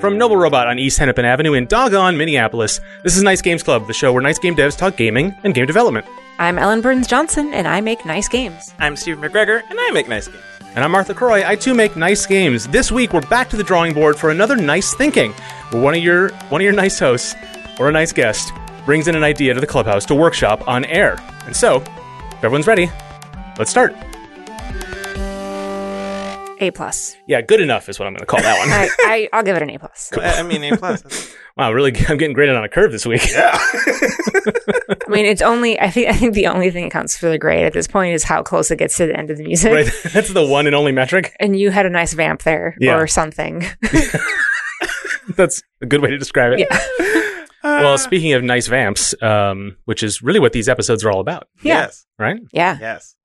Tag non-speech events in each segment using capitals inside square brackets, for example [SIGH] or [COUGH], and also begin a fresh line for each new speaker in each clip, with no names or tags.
From Noble Robot on East Hennepin Avenue in Doggone, Minneapolis, this is Nice Games Club, the show where nice game devs talk gaming and game development.
I'm Ellen Burns Johnson, and I make nice games.
I'm Steve McGregor, and I make nice games.
And I'm Martha Croy. I too make nice games. This week we're back to the drawing board for another nice thinking, where one of your one of your nice hosts or a nice guest brings in an idea to the clubhouse to workshop on air. And so, if everyone's ready, let's start.
A plus.
Yeah, good enough is what I'm going to call that
[LAUGHS]
one.
I, I I'll give it an A plus.
I I mean, A plus. That's- [LAUGHS]
wow, really, I'm getting graded on a curve this week.
I mean, it's only I think I think the only thing that counts for the grade at this point is how close it gets to the end of the music.
[LAUGHS] right, that's the one and only metric.
And you had a nice vamp there
Yeah.
or something. [LAUGHS]
[LAUGHS] That's a good way to describe it. Uh,
Yeah.
[LAUGHS] Well, speaking of nice vamps, um, which is really what these episodes are all about,
Yes.
right?
Yeah.
Yes.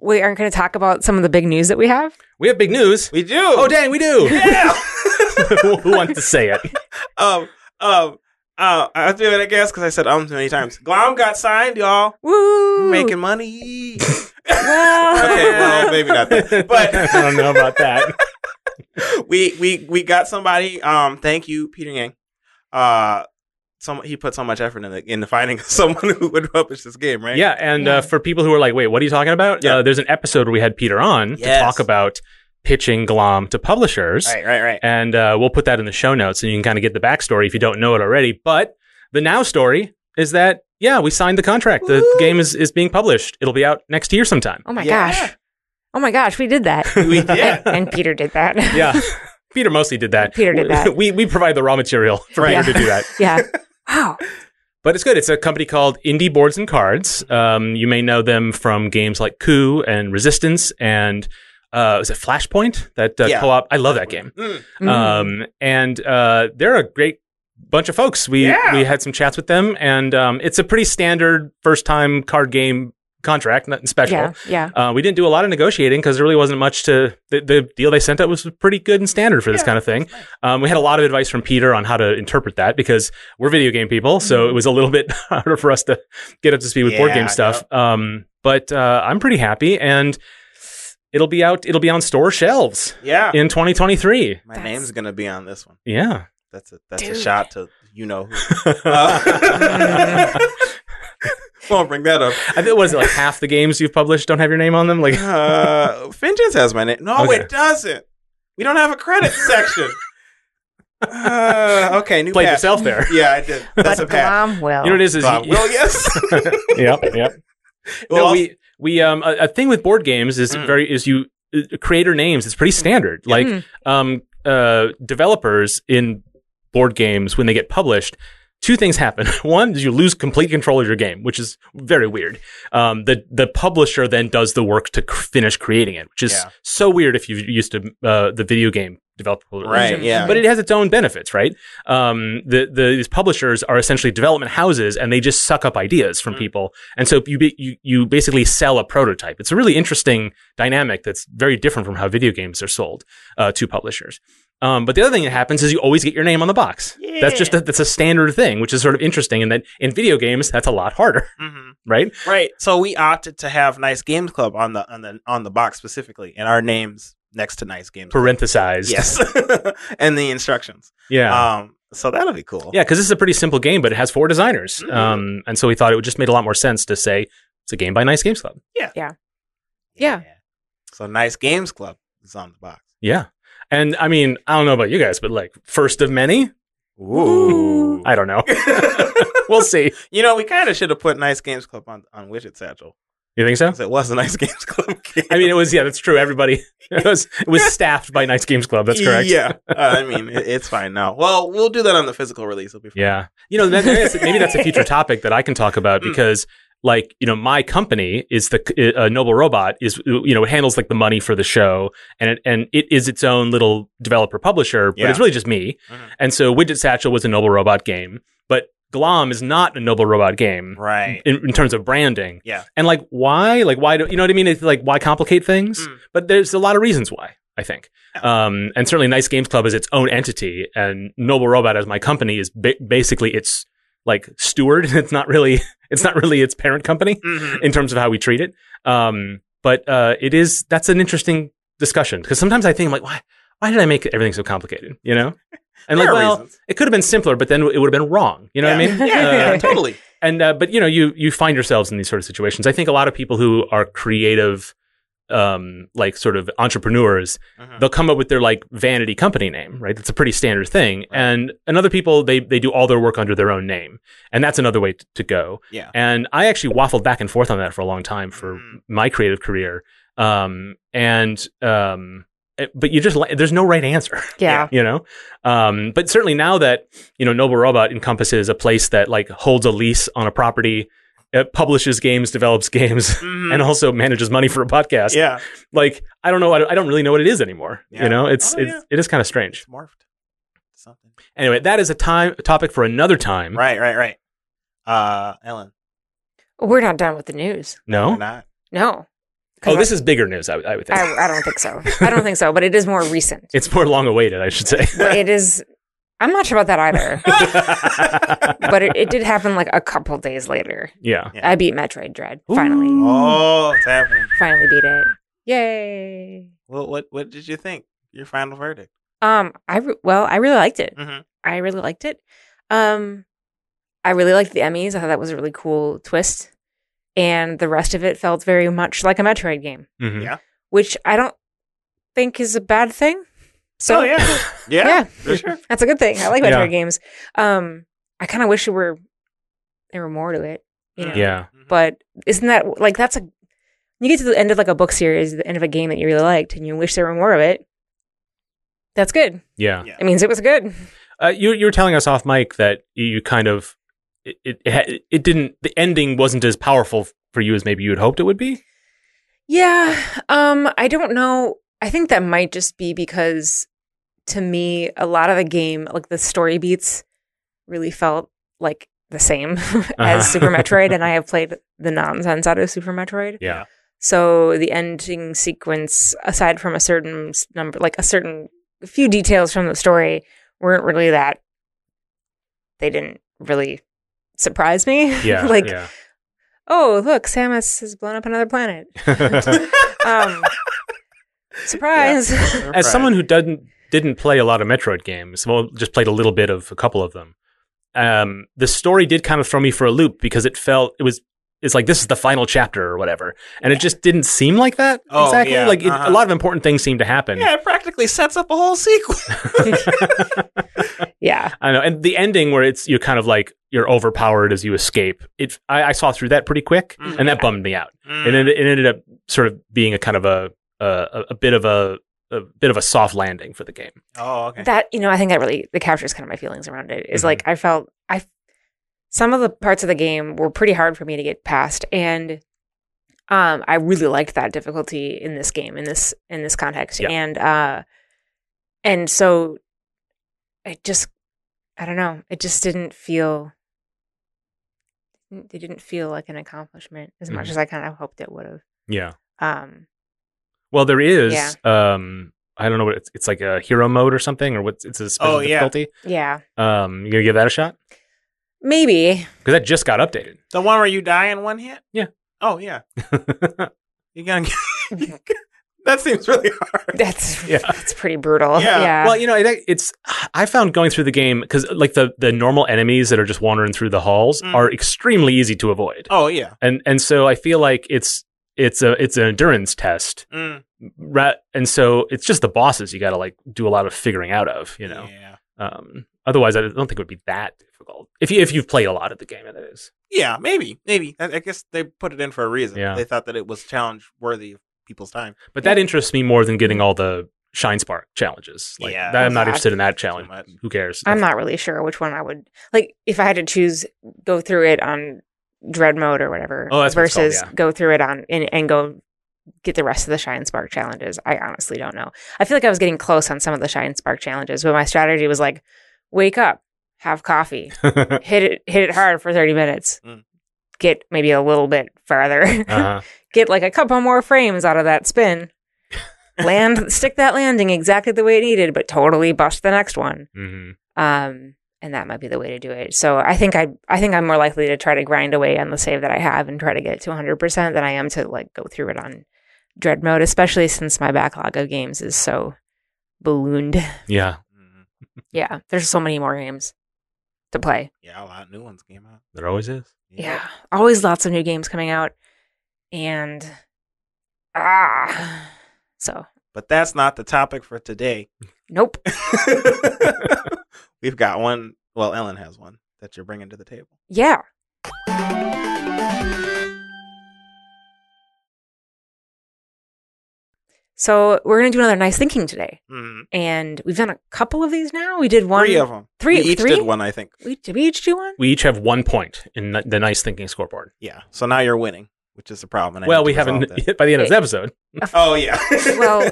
We aren't going to talk about some of the big news that we have.
We have big news.
We do.
Oh, dang, we do.
Yeah.
[LAUGHS] Who wants to say [LAUGHS] it?
um, um, uh, I have to do it, I guess, because I said um too many times. Glom got signed, y'all.
Woo!
[LAUGHS]
Making money.
well.
okay, well, maybe not that. But
I don't know about [LAUGHS] that.
we we we got somebody. Um, thank you, Peter Yang. Uh, some he put so much effort in the, in finding [LAUGHS] someone who would publish this game, right?
Yeah, and
Yeah.
Uh, for people who are like, wait, what are you talking about?
Yeah.
Uh, there's an episode where we had Peter on to
Yes.
talk about pitching Glom to publishers.
Right, right, right.
And uh, we'll put that in the show notes and you can kind of get the backstory if you don't know it already. But the now story is that, yeah, we signed the contract. The
Woo!
game is, is being published. It'll be out next year sometime.
[LAUGHS] Oh my
Yeah.
gosh. Oh my gosh, we
[LAUGHS]
did that.
We did.
And, and Peter did that.
yeah. Peter mostly did that.
Peter did that.
[LAUGHS] We, we provide the raw material for
Right.
Peter to do that.
yeah. Wow.
But it's good. It's a company called Indie Boards and Cards. Um, you may know them from games like Coup and Resistance and uh, was it Flashpoint? That uh,
Yeah.
co-op. I love that game.
Mm.
Mm.
Um, and uh, they're a great bunch of folks. We
Yeah.
we had some chats with them, and um, it's a pretty standard first-time card game contract, nothing special.
yeah. Yeah.
Uh, we didn't do a lot of negotiating because there really wasn't much to. The, the deal they sent out was pretty good and standard for this
Yeah,
kind of thing. Um, we had a lot of advice from Peter on how to interpret that because we're video game people, so it was a little bit [LAUGHS] harder for us to get up to speed with board
Mm-hmm. Yeah,
game stuff. Um, but uh, I'm pretty happy, and it'll be out. It'll be on store shelves
Yeah.
in 2023.
My
That's-
name's gonna be on this one.
Yeah,
That's a that's
Dude.
a shot to you
[LAUGHS]
know who.
Uh,
[LAUGHS] Uh, won't bring that up.
I think was it like half the games you've published don't have your name on them. [LAUGHS] Like,
Uh, Vengeance has my name. No,
Okay.
it doesn't. We don't have
[LAUGHS]
a credit section. Uh, okay, new
played
pass.
yourself there.
Yeah, I did. That's a
but
pass.
Glom will.
You know what it is? is
Bob,
[LAUGHS]
well, [LAUGHS] yes.
Uh, yep, yep.
Well,
no,
I'll-
we we um a, a thing with board games is
Mm.
very is you uh, creator names. It's pretty standard. Like
Mm.
um uh developers in board games when they get published. Two things happen. [LAUGHS] One is you lose complete control of your game, which is very weird. Um, the the publisher then does the work to cr- finish creating it, which is
Yeah.
so weird if you're used to uh, the video game developer
right. Yeah.
Mm-hmm. but it has its own benefits, right? Um, the, the these publishers are essentially development houses, and they just suck up ideas from
Mm.
people, and so you, ba- you you basically sell a prototype. It's a really interesting dynamic that's very different from how video games are sold uh, to publishers. Um, but the other thing that happens is you always get your name on the box. That's just a, that's a standard thing, which is sort of interesting, and that in video games that's a lot harder, [LAUGHS]
Mhm.
right?
Right. So we opted to have Nice Games Club on the on the on the box specifically, and our names next to Nice Games. Club.
Parenthesized,
Yes, [LAUGHS] and the instructions.
yeah.
Um. So that'll be cool.
Yeah, because this is a pretty simple game, but it has four designers.
Mhm.
Um, and so we thought it would just made a lot more sense to say it's a game by Nice Games Club.
Yeah.
So Nice Games Club is on the box.
Yeah. And I mean, I don't know about you guys, but like first of many,
Ooh.
I don't
[LAUGHS]
know. [LAUGHS] we'll see.
you know, we kind of should have put Nice Games Club on on Widget Satchel
You think so?
because it was a Nice Games Club. [LAUGHS] Game.
I mean, it was yeah, that's true. Everybody [LAUGHS] it was it was staffed by Nice Games Club. That's correct.
Yeah, uh, I mean, it, it's fine now. Well, we'll do that on the physical release. It'll be fine.
Yeah. You know, that, maybe, that's, maybe that's a
[LAUGHS]
future topic that I can talk about
Mm.
because, like, you know, my company is the uh, Noble Robot is you know it handles like the money for the show and it, and it is its own little developer publisher, but
Yeah.
it's really just me.
Mhm.
And so Widget Satchel was a Noble Robot game, but Glom is not a Noble Robot game. [LAUGHS]
Right.
in, in terms of branding.
Yeah.
And like, why? Like, why do you know what I mean? It's like, why complicate things?
Mm.
But there's a lot of reasons why. I think,
Yeah.
um, and certainly, Nice Games Club is its own entity, and Noble Robot as my company is ba- basically its like steward. [LAUGHS] It's not really, it's not really its parent company
Mhm.
in terms of how we treat it. Um, but uh, it is that's an interesting discussion because sometimes I think I'm like, why? why did I make everything so complicated? You know? And
There
like,
are
well,
reasons.
it could have been simpler, but then it would have been wrong. You know what I
Yeah.
mean?
[LAUGHS] Yeah, yeah,
[LAUGHS] Uh,
totally.
and uh, but you know you you find yourselves in these sort of situations i think a lot of people who are creative um like sort of entrepreneurs
Mhm.
they'll come up with their like vanity company name right that's a pretty standard thing and and other people they they do all their work under their own name and that's another way t- to go
Yeah.
and i actually waffled back and forth on that for a long time for
Mm.
my creative career um and um it- but you just li- there's no right answer
Yeah.
you know um, but certainly now that you know noble robot encompasses a place that like holds a lease on a property it publishes games develops [LAUGHS] games
Mhm.
and also manages money for a podcast
yeah,
like i don't know i don't, I don't really know what it is anymore
Yeah.
you know it's
Oh,
it's it is kind of strange
it's morphed. Something.
anyway that is a time a topic for another time
Right, right, right. Uh, Ellen.
We're not done with the news.
Why
no
not.
No.
oh this is bigger news i, would- I would think
I,
[LAUGHS]
I don't think so. I don't think so, but it is more recent.
it's more long awaited i should say [LAUGHS]
[LAUGHS]
It is. I'm not sure about that either, but it, it did happen like a couple days later.
yeah
Yeah.
I beat Metroid Dread finally.
Ooh.
Oh, it's happening.
Finally beat it. Yay!
Well, what what did you think? Your final verdict.
Um, I re- well, I really liked it.
Mhm.
I really liked it. Um, I really liked the Emmys. I thought that was a really cool twist, and the rest of it felt very much like a Metroid game,
Mhm.
Yeah.
which I don't think is a bad thing. So
[LAUGHS]
oh yeah, yeah,
Yeah.
for sure.
that's a good thing. I like Metroid
Yeah.
games. Um, I kind of wish there were there were more to it, you know.
yeah
Mhm.
But isn't that like that's a you get to the end of like a book series, the end of a game that you really liked, and you wish there were more of it. That's good.
yeah
It means it was good.
Uh, you you were telling us off mic that you kind of it it, it ha- it didn't the ending wasn't as powerful for you as maybe you had hoped it would be.
Yeah. Um, I don't know. I think that might just be because to me, a lot of the game, like the story beats, really felt like the same [LAUGHS]
Uh-huh.
[LAUGHS] as Super Metroid, and I have played the nonsense out of Super
[LAUGHS]
Metroid.
Yeah.
So the ending sequence, aside from a certain s- number, like a certain a few details from the story, weren't really that. They didn't really surprise me.
Yeah.
[LAUGHS] like,
yeah.
oh, look, Samus has blown up another planet.
Mm-hmm.
Um,
[LAUGHS]
surprise. [LAUGHS]
as someone who didn't didn't play a lot of Metroid games, well, just played a little bit of a couple of them. Um, the story did kind of throw me for a loop because it felt it was it's like this is the final chapter or whatever, and it just didn't seem like that
Oh,
exactly.
yeah,
Like it,
uh-huh.
a lot of important things seemed to happen.
yeah, it practically sets up a whole sequel.
yeah.
I know, and the ending where it's you're kind of like you're overpowered as you escape. It I, I saw through that pretty quick,
Mhm.
and that bummed me out. And it,
Mm.
it ended up sort of being a kind of a a, a bit of a a bit of a soft landing for the game.
oh, okay.
That, you know, I think that really that captures kind of my feelings around it. Is
Mhm.
like I felt I some of the parts of the game were pretty hard for me to get past and um I really liked that difficulty in this game in this in this context
Yeah.
and uh and so it just I don't know, it just didn't feel it didn't feel like an accomplishment as much
Mhm.
as I kind of hoped it would have.
Yeah.
Um
Well, there is. Um, I don't know what it's, it's like a hero mode or something, or what it's a special
Oh, yeah.
difficulty.
yeah.
Um, you gonna give that a shot [LAUGHS]
Maybe. [LAUGHS]
because that just got updated.
the one where you die in one hit.
Yeah. [LAUGHS]
Oh yeah. You gonna. [LAUGHS] that seems really hard.
That's
Yeah.
that's pretty brutal.
Yeah.
Yeah.
Well, you know, it, it's I found going through the game because like the the normal enemies that are just wandering through the halls
Mm.
are extremely easy to avoid,
Oh yeah.
and and so I feel like it's it's a it's an endurance test,
Mm.
ra- and so it's just the bosses you got to like do a lot of figuring out of, you know.
Yeah.
Um, otherwise, I don't think it would be that difficult if you if you've played a lot of the game. That is,
Yeah, maybe, maybe. I, I guess they put it in for a reason.
Yeah.
They thought that it was challenge worthy of people's time.
but that interests me more than getting all the shine spark challenges. Like
Yeah.
that, I'm not
Yeah.
interested in that
Too
challenge.
much.
Who cares?
I'm not really sure which one I would like if I had to choose go through it on dread mode or whatever
Oh, that's what it's called,
versus
yeah.
go through it on and, and go get the rest of the shine spark challenges. I honestly don't know. I feel like I was getting close on some of the shine spark challenges, but my strategy was like wake up, have
[LAUGHS]
coffee,
[LAUGHS] uh-huh.
hit it hit it hard for 30 minutes.
Mm.
Get maybe a little bit farther.
Uh-huh.
[LAUGHS] get like a couple more frames out of
[LAUGHS]
that spin. Land stick that landing exactly the way it needed, but totally bust the next one.
Mhm.
Um, and that might be the way to do it. So I think I I think I'm more likely to try to grind away on the save that I have and try to get it to 100 percent than I am to like go through it on dread mode, especially since my backlog of games is so ballooned.
Yeah.
Mhm.
Yeah, there's so many more games to play.
Yeah, a lot of new ones came out.
There always is.
Yeah, always lots of new games coming out, and ah, so
But that's not the topic for today.
[LAUGHS]
nope.
We've got one. Well, Ellen has one that you're bringing to the table.
Yeah, so we're gonna do another nice thinking today,
Mhm.
and we've done a couple of these now. We did one.
Three of them.
three-
we each
three?
did one, I think.
We did we each do one?
We each have one point in the nice thinking scoreboard.
Yeah. So now you're winning, which is the problem. and I
well,
need
we
to resolve
haven't
that.
[LAUGHS] by the end of this episode.
Oh yeah. [LAUGHS]
Well,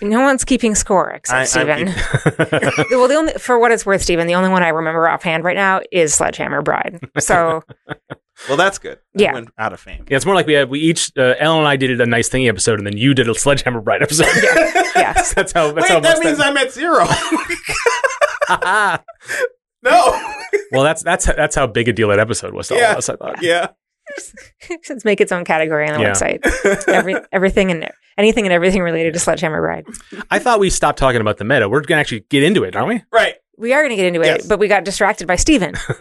no one's keeping score except
I- I'm
Steven.
keeping-
[LAUGHS]
[LAUGHS] well, the only for what it's worth, Steven, the only one I remember offhand right now is Sledgehammer Bride.
[LAUGHS]
So
well, that's good. I
Yeah.
went out of fame.
Yeah, it's more like we have we each uh, Ellen and I did a nice thingy episode, and then you did a sledgehammer bride episode. [LAUGHS]
yes.
that's how. That's how
Wait, that
much [LAUGHS]
means I'm at zero.
that-
no.
[LAUGHS] well, that's that's that's how big a deal that episode was to all
Yeah.
of us. I thought.
[LAUGHS] Yeah.
Let's make [LAUGHS] its own category on the
Yeah.
website. Every everything and anything and everything related to Sledgehammer Bride.
I thought we stopped talking about the meta. We're gonna actually get into it, aren't we?
right.
We are going to get into
Yes.
it, but we got distracted by Steven.
[LAUGHS]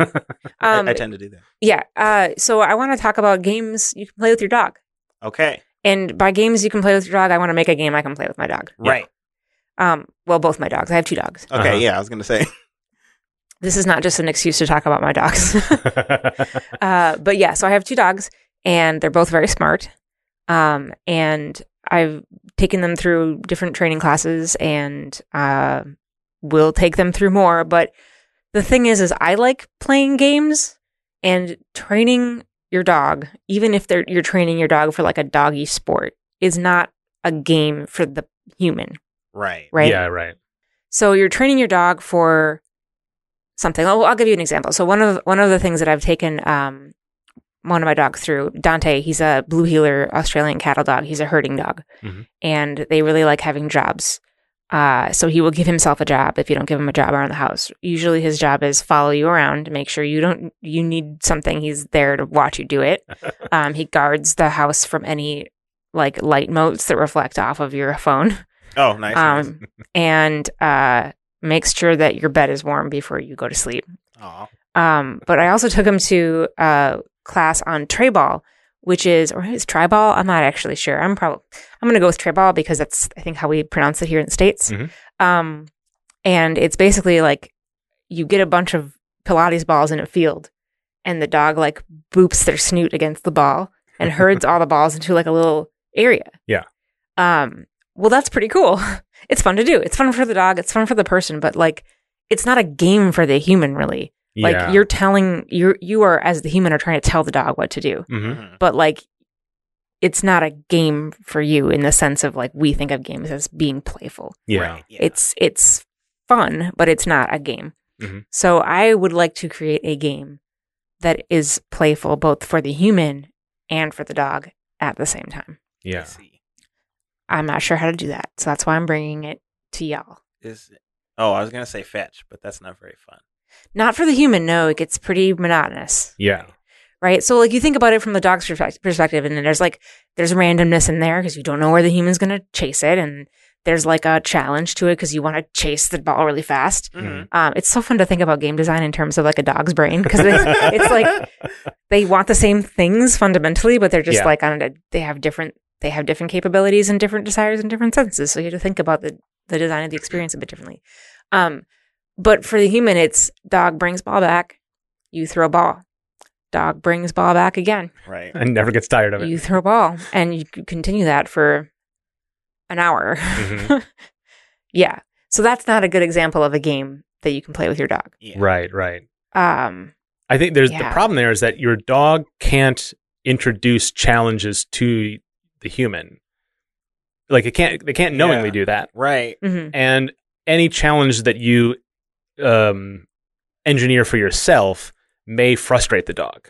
I-
Um,
I, tend to do that.
yeah. Uh, so I want to talk about games you can play with your dog.
Okay.
And by games you can play with your dog, I want to make a game I can play with my dog.
Yeah.
Right.
Um, well, both my dogs. I have two dogs.
Okay.
Uh-huh.
Yeah. I was gonna say. [LAUGHS]
This is not just an excuse to talk about my dogs. Uh, but yeah, so I have two dogs, and they're both very smart. Um, and I've taken them through different training classes, and uh, will take them through more. But the thing is, is I like playing games and training your dog, even if they're you're training your dog for like a doggy sport, is not a game for the human,
Right.
[LAUGHS] right?
Yeah. Right.
So you're training your dog for something. Oh, I'll give you an example. So one of one of the things that I've taken um, one of my dogs through, Dante, he's a blue heeler Australian cattle dog. He's a herding dog,
Mhm.
and they really like having jobs. Uh, so he will give himself a job if you don't give him a job around the house. Usually his job is follow you around, make sure you don't you need something. He's there to watch you do it. um, he guards the house from any like light motes that reflect off of your phone
Oh, nice. nice.
um, and uh, makes sure that your bed is warm before you go to sleep.
Aw.
Um, but I also took him to a class on tray ball, which is or is try ball. I'm not actually sure. I'm probably I'm gonna go with tray ball because that's I think how we pronounce it here in the states.
Mhm.
Um, and it's basically like you get a bunch of Pilates balls in a field, and the dog like boops their snoot against the ball and herds all the balls into like a little area.
Yeah.
Um. Well, that's pretty cool. [LAUGHS] It's fun to do. It's fun for the dog. It's fun for the person. But like, it's not a game for the human, really. Like
yeah.
you're telling you you are as the human are trying to tell the dog what to do.
Mhm.
Mhm.
But like it's not a game for you in the sense of like we think of games as being playful.
Yeah.
Right, yeah.
It's it's fun, but it's not a game.
Mhm.
So I would like to create a game that is playful both for the human and for the dog at the same time.
I
Yeah.
see.
I'm not sure how to do that. So that's why I'm bringing it to y'all.
Is oh, I was gonna say fetch, but that's not very fun.
Not for the human, no, it gets pretty monotonous.
Yeah.
right? So like you think about it from the dog's perfect- perspective, and then there's like there's randomness in there because you don't know where the human's gonna chase it, and there's like a challenge to it because you want to chase the ball really fast.
Mm-hmm.
Mhm.
Um, it's so fun to think about game design in terms of like a dog's brain because [LAUGHS]
[LAUGHS]
it's like they want the same things fundamentally, but they're just
Yeah.
like on a they have different they have different capabilities and different desires and different senses. So you have to think about the the design of the experience a bit differently. Um, but for the human, it's dog brings ball back, you throw ball. Dog brings ball back again.
Right.
And never gets tired of it.
You throw ball, and you c- continue that for an hour.
Mhm.
[LAUGHS] yeah. So that's not a good example of a game that you can play with your dog.
Yeah.
Right. Right.
Um,
I think there's the
Yeah.
problem there is that your dog can't introduce challenges to the human. Like it can't they can't knowingly
Yeah.
do that.
Right.
mhm.
And any challenge that you um, engineer for yourself may frustrate the dog.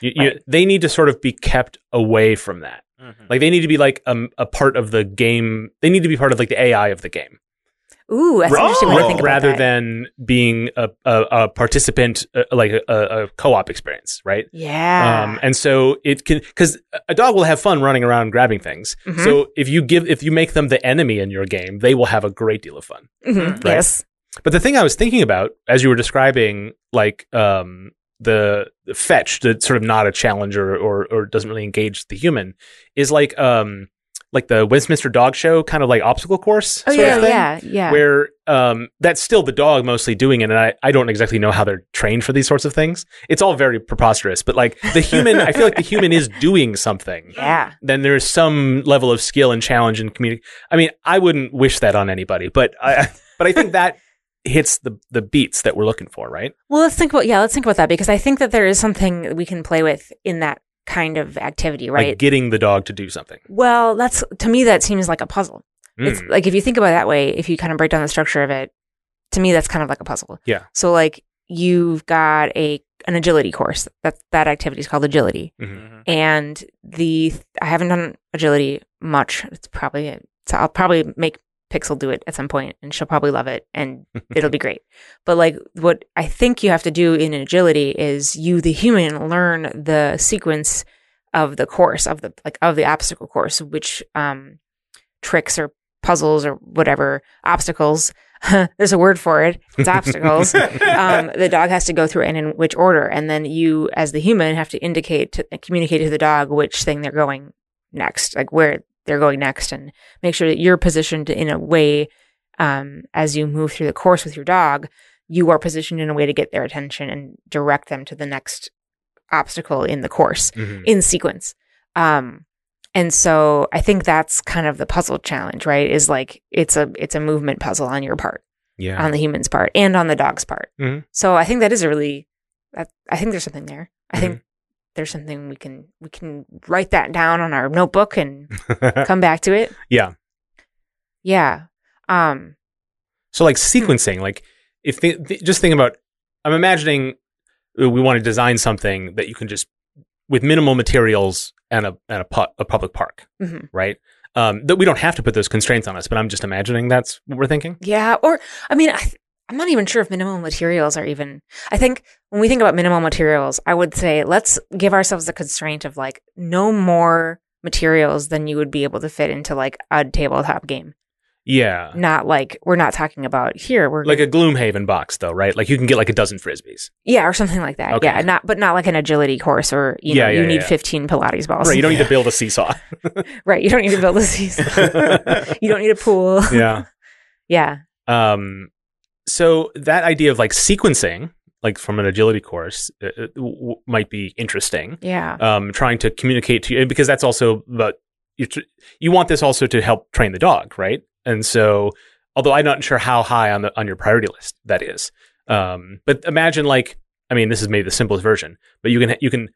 You, you,
Right.
they need to sort of be kept away from that.
Mhm.
um, Like they need to be like a, a part of the game. They need to be part of like the AI of the game.
Ooh, that's an interesting way to
Ra-
think about
rather
that.
than being a, a, a participant, uh, like a, a, a co-op experience, right?
yeah.
Um, and so it can because a dog will have fun running around grabbing things.
Mhm.
So if you give if you make them the enemy in your game, they will have a great deal of fun.
Mhm,
right.
Yes.
But the thing I was thinking about as you were describing, like um, the, the fetch, the sort of not a challenger or or doesn't really engage the human, is like um like the Westminster Dog Show kind of like obstacle course
Oh
sort
yeah,
of thing
yeah, yeah.
where um, that's still the dog mostly doing it. And I, I don't exactly know how they're trained for these sorts of things. It's all very preposterous, but like the human, I feel like the human is doing something.
yeah.
Then there is some level of skill and challenge and community. I mean, I wouldn't wish that on anybody, but I, but I think that [LAUGHS] hits the, the beats that we're looking for, right?
Well, let's think about yeah, let's think about that because I think that there is something that we can play with in that kind of activity, right?
Like getting the dog to do something.
well, that's to me that seems like a puzzle. It's
Mm.
like if you think about it that way, if you kind of break down the structure of it, to me that's kind of like a puzzle.
Yeah.
So like you've got a an agility course. That that activity is called agility.
Mhm.
Mm-hmm.
And the I haven't done agility much. It's probably so I'll probably make Pixel do it at some point and she'll probably love it and it'll be great. But like what I think you have to do in agility is you the human learn the sequence of the course of the like of the obstacle course which um tricks or puzzles or whatever obstacles [LAUGHS] there's a word for it
[LAUGHS]
it's obstacles um, the dog has to go through and in which order. And then you, as the human, have to indicate, to, communicate to the dog which thing they're going next, like where they're going next, and make sure that you're positioned in a way um, as you move through the course with your dog. You are positioned in a way to get their attention and direct them to the next obstacle in the course
Mhm.
in sequence. Um, and so I think that's kind of the puzzle challenge, right? Is like it's a it's a movement puzzle on your part
Yeah.
on the human's part and on the dog's part.
Mhm.
So I think that is a really, I, I think there's something there. I think
Mm-hmm.
there's something we can we can write that down on our
[LAUGHS]
notebook and come back to it.
Yeah.
Yeah. Um.
So like sequencing, like if th- th- just think about, I'm imagining uh, we want to design something that you can just with minimal materials and a and a, pu- a public park,
mhm.
right? Um, that we don't have to put those constraints on us, but I'm just imagining that's what we're thinking.
Yeah. Or I mean, I, I'm not even sure if minimal materials are even. I think when we think about minimal materials, I would say let's give ourselves the constraint of like no more materials than you would be able to fit into like a tabletop game.
Yeah,
Not like we're not talking about here. We're
like a Gloomhaven box, though, right? Like you can get like a dozen frisbees.
Yeah, or something like that.
Okay.
Yeah, not but not like an agility course or you know
Yeah, yeah,
you need
yeah.
15 Pilates balls.
Right, you don't need to build a seesaw. [LAUGHS]
[LAUGHS] Right, you don't need to build a season. [LAUGHS] you don't need a pool.
yeah.
Yeah.
Um, so that idea of like sequencing, like from an agility course, uh, uh, w- w- might be interesting.
Yeah.
um, trying to communicate to you because that's also about you. Tr- you want this also to help train the dog, right? And so, although I'm not sure how high on the on your priority list that is, um, but imagine like I mean, this is maybe the simplest version, but you can you can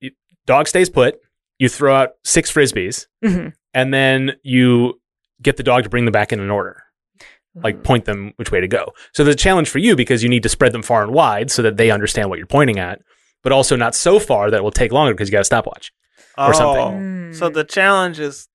you, dog stays put. You throw out six frisbees,
Mhm.
and then you get the dog to bring them back in an order like point them which way to go. So there's a challenge for you because you need to spread them far and wide so that they understand what you're pointing at, but also not so far that it will take longer because you got a stopwatch. or something.
Mm.
Oh. So the challenge is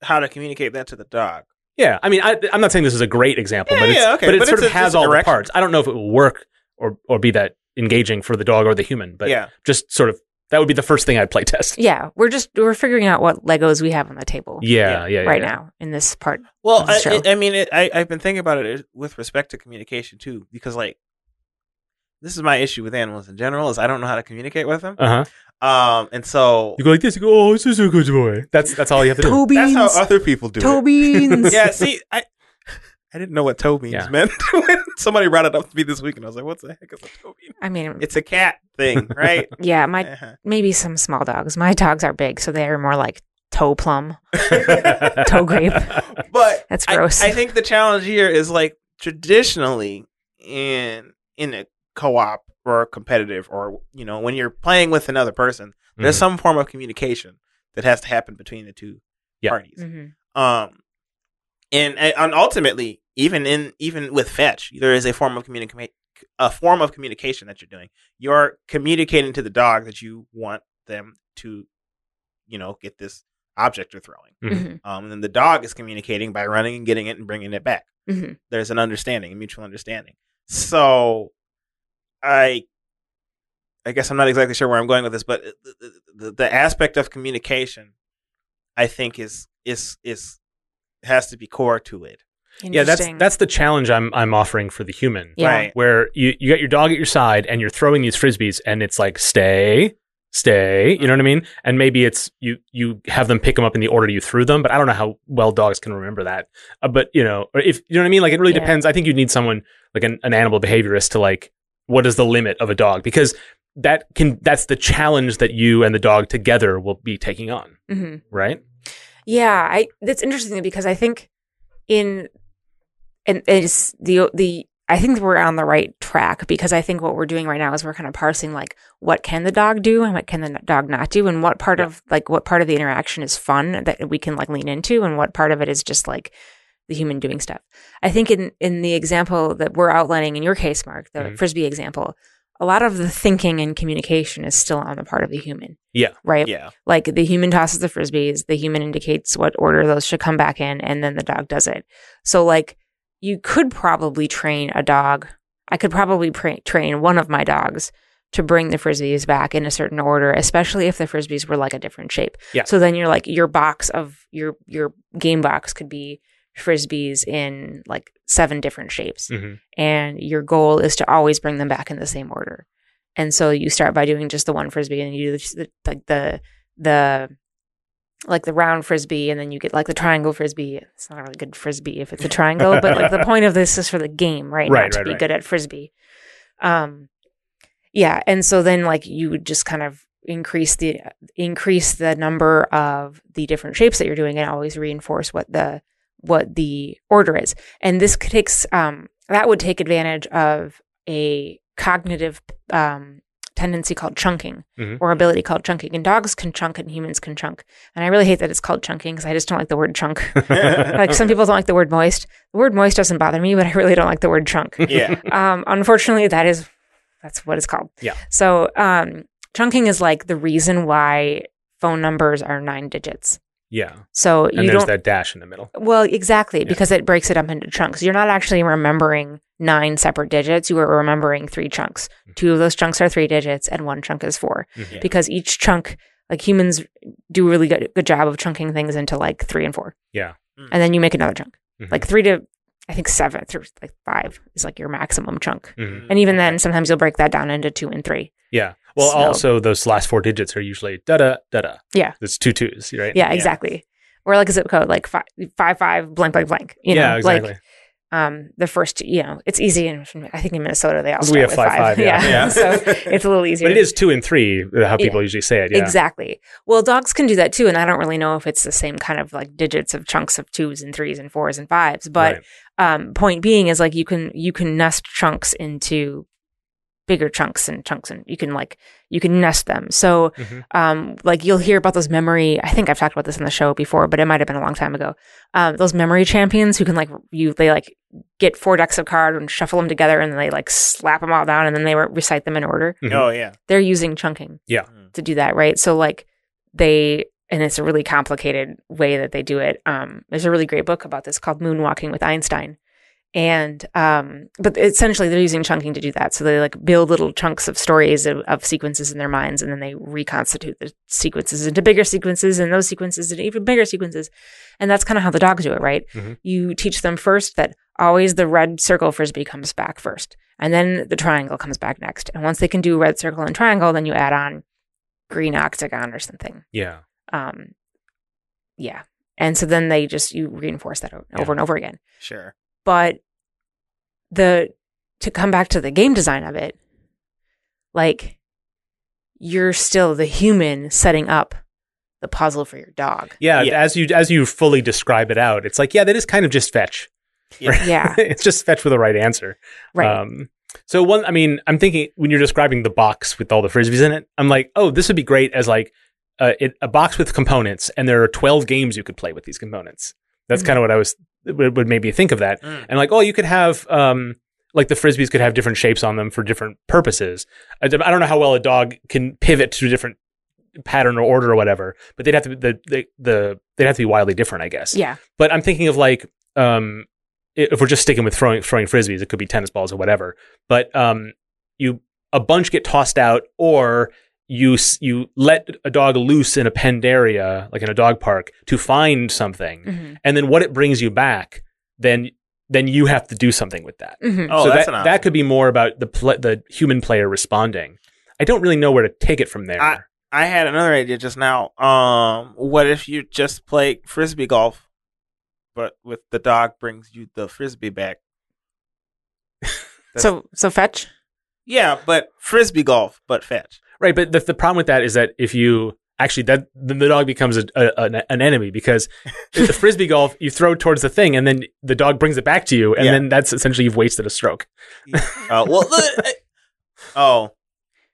how to communicate that to the dog.
Yeah, I mean, I, I'm not saying this is a great example,
Yeah,
but, it's,
yeah, okay,
but it
but
sort
it's
of
a-
has
it's a
all the
direction.
parts. I don't know if it will work or or be that engaging for the dog or the human, but
yeah.
just sort of that would be the first thing I'd play test.
Yeah, we're just we're figuring out what Legos we have on the table
[LAUGHS] Yeah, yeah, yeah
right
yeah.
now in this part.
Well, I,
That's true.
I- I mean, it, I, I've been thinking about it with respect to communication too, because like this is my issue with animals in general is I don't know how to communicate with them.
Uh huh.
Um, and so
You go like this. You go, oh, this is a good boy. That's that's all you have to do.
that's how other people do
[LAUGHS]
it.
Tobeans.
yeah, see, I I didn't know what toe means
Yeah.
meant [LAUGHS] when somebody brought it up to me this week, and I was like, "What the heck is a toe mean?"
I mean,
It's a cat thing, right?
yeah, my
[LAUGHS] Uh-huh.
maybe some small dogs. My dogs are big, so they are more like toe plum,
[LAUGHS]
toe grape.
but
That's
I-
gross.
I, think the challenge here is like traditionally in in a co-op or competitive or you know when you're playing with another person, there's
Mhm.
some form of communication that has to happen between the two
Yeah.
parties.
Mhm.
um and and ultimately even in even with fetch there is a form of communication a form of communication that you're doing you're communicating to the dog that you want them to you know get this object you're throwing.
Mhm.
Um, and then the dog is communicating by running and getting it and bringing it back.
Mhm.
There's an understanding, a mutual understanding. So, I, I guess I'm not exactly sure where I'm going with this, but uh, the, the, the aspect of communication, I think, is is is has to be core to it.
Yeah, that's
Interesting.
that's the challenge I'm I'm offering for the human.
Yeah.
Right.
Where you, you got your dog at your side and you're throwing these frisbees and it's like stay, stay, you know what I mean? And maybe it's you you have them pick them up in the order you threw them, but I don't know how well dogs can remember that. Uh, but you know, or if you know what I mean, like it really
Yeah.
depends. I think you need someone like an, an animal behaviorist to like what is the limit of a dog because that can that's the challenge that you and the dog together will be taking on,
Mhm.
right?
Yeah, I that's interesting because I think in and it's the the I think we're on the right track because I think what we're doing right now is we're kind of parsing like what can the dog do and what can the dog not do and what part of like what part of the interaction is fun that we can like lean into and what part of it is just like the human doing stuff. I think in in the example that we're outlining in your case, Mark, the
Mhm.
frisbee example, a lot of the thinking and communication is still on the part of the human.
Yeah.
Right
Yeah,
like the human tosses the frisbees the human indicates what order those should come back in and then the dog does it so like you could probably train a dog i could probably pra- train one of my dogs to bring the frisbees back in a certain order especially if the frisbees were like a different shape
Yeah.
so then you're like your box of your your game box could be frisbees in like seven different shapes
Mhm.
and your goal is to always bring them back in the same order. And so you start by doing just the one frisbee, and you do the, the- like the the like the round frisbee, and then you get like the triangle frisbee. It's not a really good frisbee if it's a triangle, but
[LAUGHS]
like the point of this is for the game, right?
Right,
Not to
right,
be
right.
good at frisbee. Um, yeah, and so then like you would just kind of increase the increase the number of the different shapes that you're doing, and always reinforce what the what the order is. And this c- takes um, that would take advantage of a cognitive um, tendency called chunking
Mhm.
or ability called chunking. And dogs can chunk and humans can chunk. And I really hate that it's called chunking because I just don't like the word chunk. [LAUGHS] like some people don't like the word moist. The word moist doesn't bother me, but I really don't like the
[LAUGHS]
word chunk
yeah,
um, unfortunately, that is that's what it's called.
Yeah.
So um, chunking is like the reason why phone numbers are nine digits.
[LAUGHS] yeah.
So
And
you
there's
don't.
that dash in the middle.
well, exactly, because it breaks it up into chunks. You're not actually remembering nine separate digits. You are remembering three chunks.
Mm.
Two of those chunks are three digits, and one chunk is four.
Mhm.
Because each chunk, like humans, do a really good good job of chunking things into like three and four.
Yeah.
Mm.
And then you make another chunk,
Mhm.
like three to, I think seven through like five is like your maximum chunk.
Mhm.
And even then, sometimes you'll break that down into two and three.
Yeah. Well,
So-
also those last four digits are usually da da da da.
Yeah.
It's two twos, right?
Yeah,
Yeah.
exactly. Or like a zip code, like five, five, five blank, blank, blank. You
yeah,
know,
exactly.
Like um, the first, you know, it's easy. In, I think in Minnesota they all
We
start
have
with
five,
five.
five, yeah.
[LAUGHS]
Yeah. [LAUGHS]
so it's a little easier.
but it is two and three, uh, how people usually say it. Yeah.
Exactly. Well, dogs can do that too, and I don't really know if it's the same kind of like digits of chunks of twos and threes and fours and fives. But
Right.
um, point being is like you can you can nest chunks into bigger chunks and chunks, and you can like you can nest them. So
Mhm.
um, like you'll hear about those memory. I think I've talked about this on the show before, but it might have been a long time ago. Um, those memory champions who can like you they like get four decks of cards and shuffle them together, and then they like slap them all down, and then they re- recite them in order.
Mhm.
oh yeah,
They're using chunking to do that, right? So like they and it's a really complicated way that they do it. Um, there's a really great book about this called Moonwalking with Einstein. And um, but essentially they're using chunking to do that. So they like build little chunks of stories of, of sequences in their minds, and then they reconstitute the sequences into bigger sequences, and those sequences into even bigger sequences. And that's kind of how the dogs do it, right?
Mhm.
You teach them first that always the red circle frisbee comes back first, and then the triangle comes back next. And once they can do red circle and triangle, then you add on green octagon or something.
Yeah.
Um, yeah. And so then they just you reinforce that o- over
Yeah.
and over again.
sure.
But the to come back to the game design of it, like you're still the human setting up the puzzle for your
[LAUGHS]
dog.
yeah.
Yeah.
As you as you fully describe it out, it's like yeah, that is kind of just fetch.
Yeah,
[LAUGHS] it's just fetch with the right answer.
right.
Um, so one, I mean, I'm thinking when you're describing the box with all the frisbees in it, I'm like, oh, this would be great as like uh, it, a box with components, and there are 12 games you could play with these components. That's
Mhm.
kind of what I was would, would maybe think of that.
Mm.
and like oh you could have um like the frisbees could have different shapes on them for different purposes i, d- I don't know how well a dog can pivot to different pattern or order or whatever, but they'd have to be, the, the the they'd have to be wildly different, I guess.
Yeah.
But I'm thinking of like um, i- if we're just sticking with throwing throwing frisbees, it could be tennis balls or whatever. But um, you a bunch get tossed out, or you s- you let a dog loose in a penned area, like in a dog park, to find something, [LAUGHS]
Mhm.
and then what it brings you back, then then you have to do something with that.
Mhm.
Oh,
so
that's
that,
an option.
that could be more about the pl- the human player responding. I don't really know where to take it from there.
I had another idea just now. Um, what if you just play frisbee golf, but with the dog brings you the frisbee back?
Uh,
So so fetch.
Yeah, but frisbee golf, but fetch.
Right, but the, the problem with that is that if you actually that then the dog becomes a, a, an, an enemy
[LAUGHS]
because the frisbee golf you throw towards the thing and then the dog brings it back to you and
Yeah.
then that's essentially you've wasted a stroke.
Oh well. look, I- oh,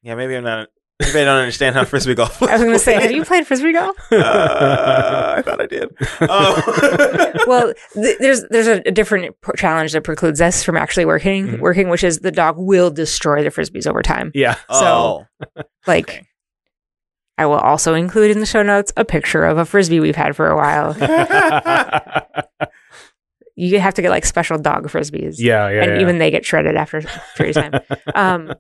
yeah. Maybe I'm not. Maybe I don't understand how frisbee golf.
I was going to say, have you played frisbee golf?
Uh, I thought I did. Oh.
well, th- there's there's a, a different pr- challenge that precludes us from actually working
Mhm.
working, which is the dog will destroy the frisbees over time.
[LAUGHS]
[LAUGHS]
yeah,
[LAUGHS]
[LAUGHS]
oh.
Like
Okay.
I will also include in the show notes a picture of a frisbee we've had for a while.
yeah,
you have to get like special dog frisbees,
yeah,
and
yeah.
even they get shredded after a period of time. Um,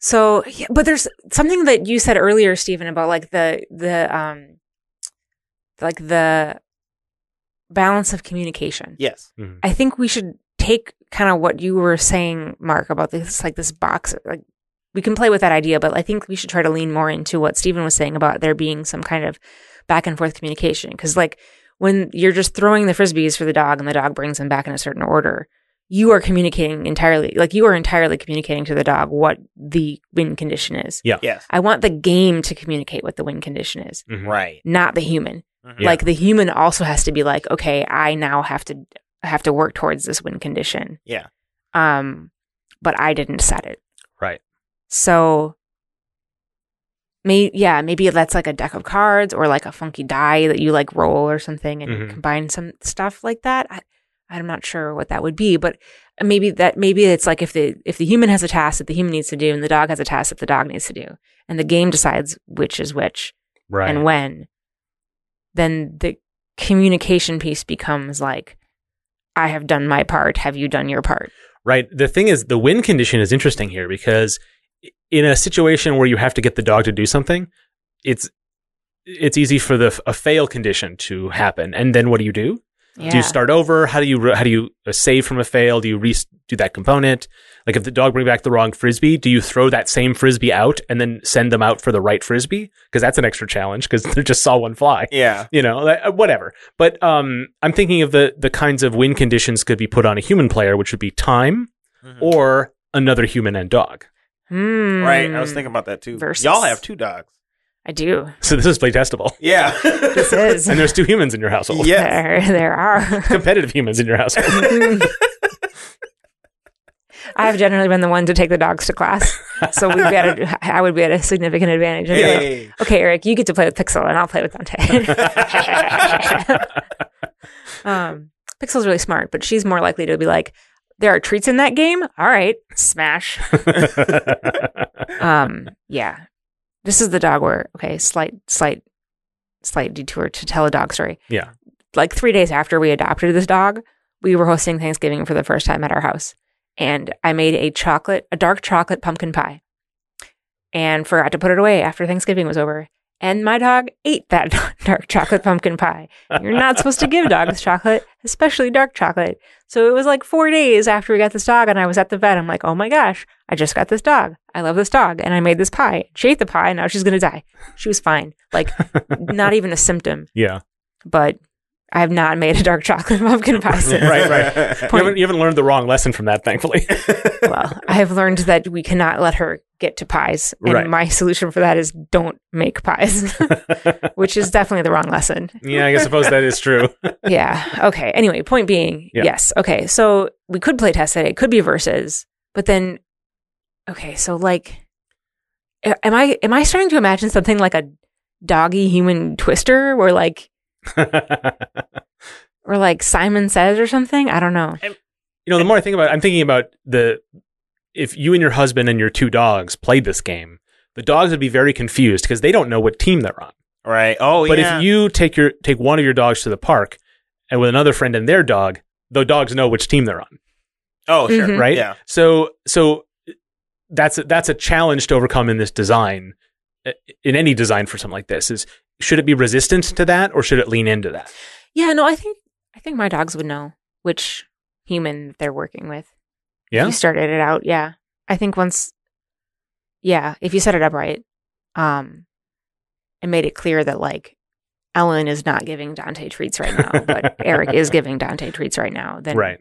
so, yeah, but there's something that you said earlier, Stephen, about like the the um, like the balance of communication.
Yes.
I think we should take kind of what you were saying, Mark, about this like this box. Like we can play with that idea, but I think we should try to lean more into what Stephen was saying about there being some kind of back and forth communication. Because like when you're just throwing the frisbees for the dog and the dog brings them back in a certain order, you are communicating entirely. Like you are entirely communicating to the dog what the win condition is.
Yes.
I want the game to communicate what the win condition is,
Mhm.
Right.
not the human.
Mhm.
Like the human also has to be like, okay, I now have to have to work towards this win condition.
Yeah.
Um, but I didn't set it.
Right.
So may yeah, maybe that's like a deck of cards or like a funky die that you like roll or something and
Mhm.
combine some stuff like that. I I'm not sure what that would be, but uh, maybe that maybe it's like if the if the human has a task that the human needs to do and the dog has a task that the dog needs to do and the game decides which is which
right.
and when, then the communication piece becomes like, I have done my part. Have you done your part?
Right. The thing is, the win condition is interesting here because i- in a situation where you have to get the dog to do something, it's it's easy for the f- a fail condition to happen, and then what do you do? Do you start over? How do you re- how do you uh, save from a fail? Do you re- do that component? Like if the dog bring back the wrong frisbee, do you throw that same frisbee out and then send them out for the right frisbee? Because that's an extra challenge because [LAUGHS] they just saw one fly
Yeah.
you know like, uh, whatever but um i'm thinking of the the kinds of win conditions could be put on a human player which would be time
Mhm.
or another human and dog
Hmm.
Right. I was thinking about that too.
Versus-
Y'all have two dogs.
I
[LAUGHS]
do.
so this is play testable
Yeah.
[LAUGHS]
This is.
and there's two humans in your household
[LAUGHS] yes.
there, there
[LAUGHS]
are. [LAUGHS]
competitive humans in your household [LAUGHS]
I've generally been the one to take the dogs to class,
[LAUGHS]
so we've got. A, I would be at a significant advantage. Anyway.
Hey.
Okay, Eric, you get to play with Pixel, and I'll play with
[LAUGHS]
Dante. [LAUGHS] Um, Pixel's really smart, but she's more likely to be like, there are treats in that game. All right, smash. Um, yeah, this is the dog where okay, slight, slight, slight detour to tell a dog story.
Yeah.
like three days after we adopted this dog, we were hosting Thanksgiving for the first time at our house, and I made a chocolate, a dark chocolate pumpkin pie, and forgot to put it away after Thanksgiving was over. And my dog ate that [LAUGHS] dark chocolate pumpkin pie. You're not supposed to give dogs chocolate, especially dark chocolate. So it was like four days after we got this dog, and I was at the vet. I'm like, oh my gosh, I just got this dog. I love this dog, and I made this pie. She ate the pie, and now she's gonna die. She was fine,
[LAUGHS]
like not even a symptom.
yeah
But I have not made a dark chocolate [LAUGHS] pumpkin pie since.
Right,
[LAUGHS] right.
you
Point.
haven't, you haven't learned the wrong lesson from that
[LAUGHS]
thankfully
Well, I have learned that we cannot let her get to pies, and
Right.
my solution for that is don't make pies, [LAUGHS] which is definitely the wrong lesson.
yeah i guess suppose that is true [LAUGHS]
yeah. Okay. Anyway, point being,
Yeah.
yes. Okay. So we could play test it. It could be versus, but then, okay. So like, a- am I am I starting to imagine something like a doggy human twister, where like, or like Simon Says or something? I don't know.
You know, the more I think about it, I'm thinking about the if you and your husband and your two dogs played this game, the dogs would be very confused because they don't know what team they're on.
Right. Oh,
but
yeah.
if you take your take one of your dogs to the park and with another friend and their dog, the dogs know which team they're on,
oh, sure.
Mhm.
right?
Yeah.
So so that's a, that's a challenge to overcome in this design uh, in any design for something like this is should it be resistant to that or should it lean into that?
Yeah, no, I think I think my dogs would know which human they're working with. If
Yeah.
you started it out, yeah. I think once yeah, if you set it up right, um and made it clear that like Ellen is not giving Dante treats right now,
[LAUGHS]
but Eric is giving Dante treats right now, then
Right.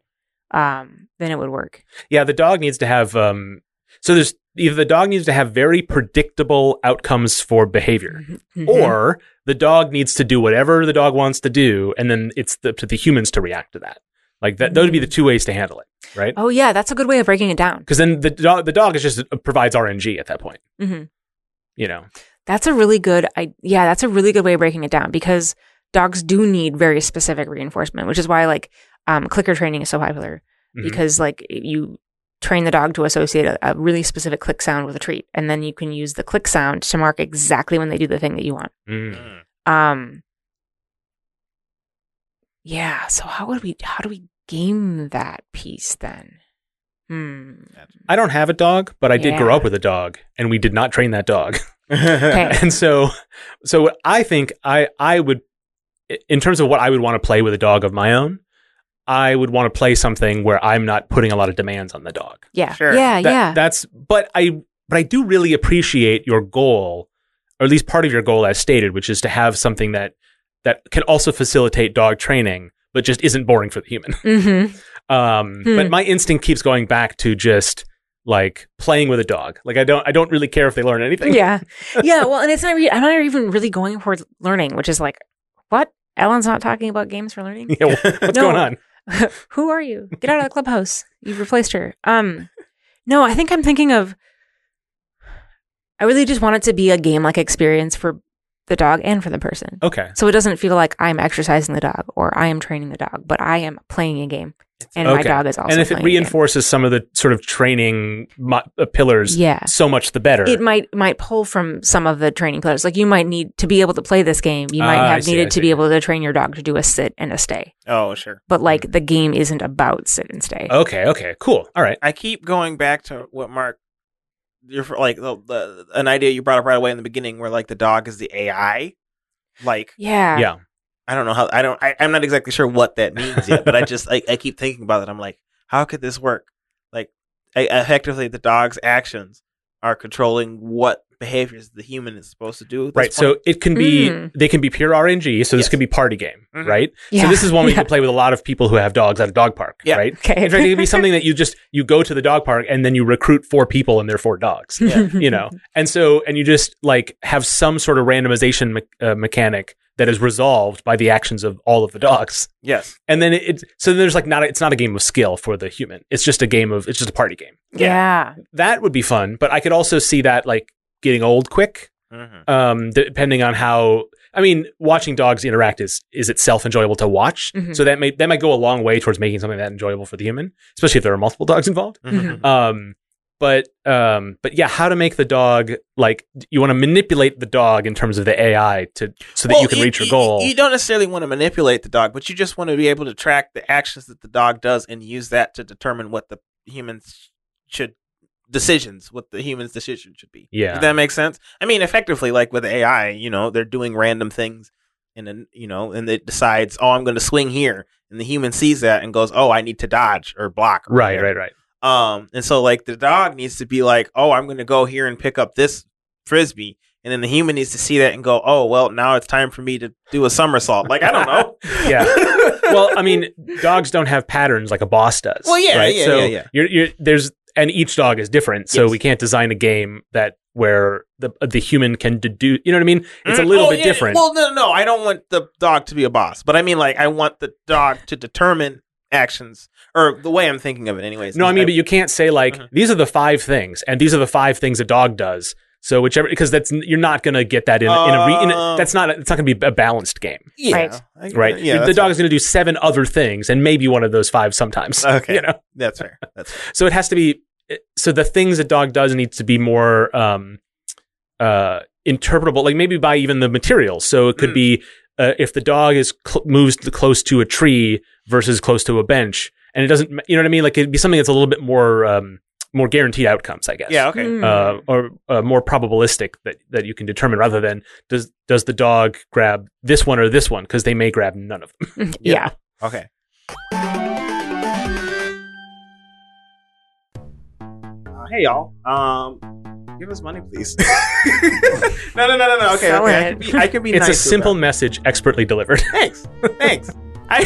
um then it would work.
Yeah, the dog needs to have um so there's either the dog needs to have very predictable outcomes for behavior.
Mhm.
or the dog needs to do whatever the dog wants to do, and then it's up to the humans to react to that. Like that, those would be the two ways to handle it, right?
Oh yeah, that's a good way of breaking it down.
Because then the dog, the dog is just uh, provides RNG at that point,
hmm
you know.
That's a really good I yeah, that's a really good way of breaking it down because dogs do need very specific reinforcement, which is why like um, clicker training is so popular
Mhm.
because like you train the dog to associate a, a really specific click sound with a treat and then you can use the click sound to mark exactly when they do the thing that you want.
Mm.
Mm.
Um Yeah, so how would we how do we game that piece then? Hmm.
I don't have a dog, but I did grow
Yeah.
up with a dog, and we did not train that dog, [LAUGHS]
Okay.
and so, so what I think I I would, in terms of what I would want to play with a dog of my own, I would want to play something where I'm not putting a lot of demands on the dog.
Yeah.
Sure.
Yeah,
That-
Uh, yeah.
That's but I but I do really appreciate your goal, or at least part of your goal as stated, which is to have something that that can also facilitate dog training, but just isn't boring for the human.
mhm.
Um,
Hmm.
But my instinct keeps going back to just like playing with a dog. Like I don't I don't really care if they learn anything.
yeah yeah well and it's not re- i'm not even really going for learning which is like what ellen's not talking about games for learning
[LAUGHS] Yeah, wha- what's
[LAUGHS] No.
going on?
who are you get out of the clubhouse you've replaced her um no i think i'm thinking of i really just want it to be a game like experience for the dog and for the person
Okay.
so it doesn't feel like i'm exercising the dog or i am training the dog but i am playing a game and my
Okay.
dog is also
and if it
playing a game.
reinforces some of the sort of training mo- uh, pillars,
yeah
so much the better.
it might might pull from some of the training players. Like you might need to be able to play this game. You might
Ah, I
have
see, I
needed to
see.
be able to train your dog to do a sit and a stay.
[LAUGHS] oh, sure.
But like the game isn't about sit and stay.
okay. Okay. Cool. All right.
I keep going back to what Mark, you're like the, the an idea you brought up right away in the beginning, where like the dog is the AI. Like
Yeah.
yeah.
I don't know how I don't I, I'm not exactly sure what that means yet,
[LAUGHS]
but I just I, I keep thinking about it. I'm like, how could this work? Like I, effectively, the dog's actions are controlling what behaviors the human is supposed to do. At this
Right. So
point.
it can be
Mm.
they can be pure RNG. So this
Yes.
could be party game,
Mhm.
right?
Yeah.
So this is one where you
Yeah.
can play with a lot of people who have dogs at a dog park,
Yeah.
right?
[LAUGHS] Okay.
In fact, it
[LAUGHS]
could be something that you just you go to the dog park and then you recruit four people and they're four dogs,
Yeah.
you know. And so and you just like have some sort of randomization me- uh, mechanic that is resolved by the actions of all of the dogs.
yes,
And then it, so there's like not a, it's not a game of skill for the human. It's just a game of it's just a party game.
Yeah.
That would be fun, but I could also see that like getting old quick
Mhm.
um, depending on how. I mean, watching dogs interact is is itself enjoyable to watch.
Mhm.
So that may that might go a long way towards making something that enjoyable for the human, especially if there are multiple dogs involved.
Mhm.
Um, but um, but yeah, how to make the dog like you want to manipulate the dog in terms of the AI to so that
Well, e-,
you can reach your
you-
goal.
You don't necessarily want to manipulate the dog, but you just want to be able to track the actions that the dog does and use that to determine what the humans should decisions, what the humans' decision should be.
yeah,
Does that make sense? I mean, effectively, like with AI, you know, they're doing random things, and then you know, and it decides, oh, I'm going to swing here, and the human sees that and goes, oh, I need to dodge or block. Or
right,
whatever.
right, right.
Um, and so like the dog needs to be like, oh, I'm going to go here and pick up this frisbee, and then the human needs to see that and go, oh, well, now it's time for me to do a somersault. Like I don't know.
[LAUGHS] Yeah.
[LAUGHS]
well, I mean, dogs don't have patterns like a boss does.
Well, yeah,
right?
yeah,
so
yeah, yeah.
You're, you're, there's and each dog is different, so
Yes.
we can't design a game that where the the human can deduce. You know what I mean? It's a
Mm,
little
oh,
bit
yeah,
different.
Well, no, no, I don't want the dog to be a boss, but I mean, like, I want the dog to determine actions or the way I'm thinking of it, anyways.
no, I mean, but you can't say like
Mhm.
these are the five things, and these are the five things a dog does. So whichever, because that's you're not gonna get that in, in a re, in a,
Oh.
that's not it's not gonna be a balanced game,
yeah,
Right.
I-
right?
Yeah,
the
that's
dog is gonna do seven other things, and maybe one of those five
[LAUGHS]
sometimes.
fair. Okay,
You know,
that's fair. That's fair.
so it has to be so the things a dog does needs to be more um uh, interpretable, like maybe by even the materials. So it could
Mm.
be uh, if the dog is cl- moves to close to a tree versus close to a bench, and it doesn't, you know what I mean? Like it'd be something that's a little bit more um, more guaranteed outcomes, I guess.
Yeah, okay.
Hmm.
Uh, or uh, more probabilistic that, that you can determine rather than does does the dog grab this one or this one because they may grab none of them.
[LAUGHS] yeah.
Uh, yeah.
Okay. Uh, hey y'all. Um give us money please. [LAUGHS] no, no, no, no, no. Okay,
Sell
okay. I
it.
can be I can be
It's
nice
a
to
simple
them.
message, expertly delivered, [LAUGHS]
Thanks. Thanks. I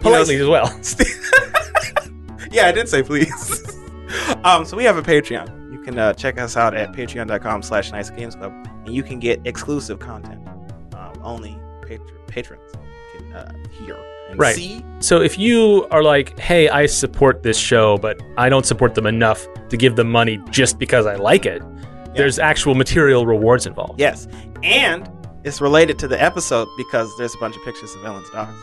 politely
You
as well.
know, [LAUGHS] yeah, I did say please. [LAUGHS] um so we have a Patreon. You can uh, check us out at patreon.com slash nice games club and you can get exclusive content. Um, only patr- patrons can uh, hear and
Right.
see.
So if you are like, hey, I support this show, but I don't support them enough to give them money just because I like it, there's actual material rewards involved.
Yes. And it's related to the episode because there's a bunch of pictures of Ellen's dogs.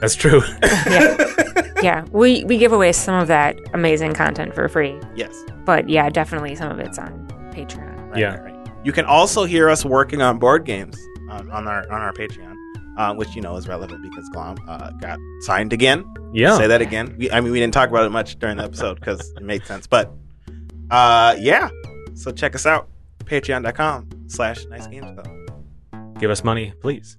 That's true. [LAUGHS]
Yeah. We we give away some of that amazing content for free.
[LAUGHS] yes.
But yeah, definitely some of it's on Patreon.
Right,
Yeah.
Right, right. You can also hear us working on board games on, on our on our Patreon, um, which you know is relevant because Glom uh, got signed again. Say
Yeah.
that again. We, I mean, we didn't talk about it much during the episode because it made sense. But uh, yeah, so check us out. Patreon.com slash nice games club.
Give us money, please.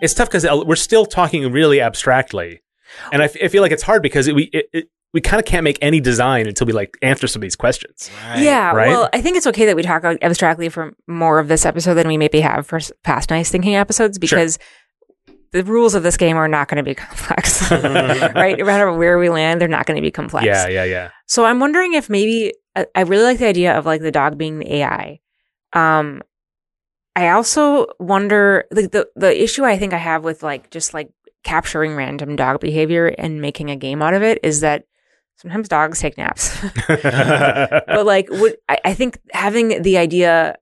It's tough because we're still talking really abstractly. And I, f- I feel like it's hard because it, we, it, it, we kind of can't make any design until we like answer some of these questions.
yeah.
right?
Well, I think it's okay that we talk abstractly for more of this episode than we maybe have for s- past nice thinking episodes because the rules of this game are not going to
[LAUGHS]
be [LAUGHS] complex. right? No matter where we land, they're not going to be complex.
Yeah, yeah,
[LAUGHS]
yeah. [LAUGHS]
So I'm wondering if maybe I, I really like the idea of like the dog being the AI. Um, I also wonder like the the issue I think I have with like just like capturing random dog behavior and making a game out of it is that sometimes dogs take naps. [LAUGHS] but like would I, I think having the idea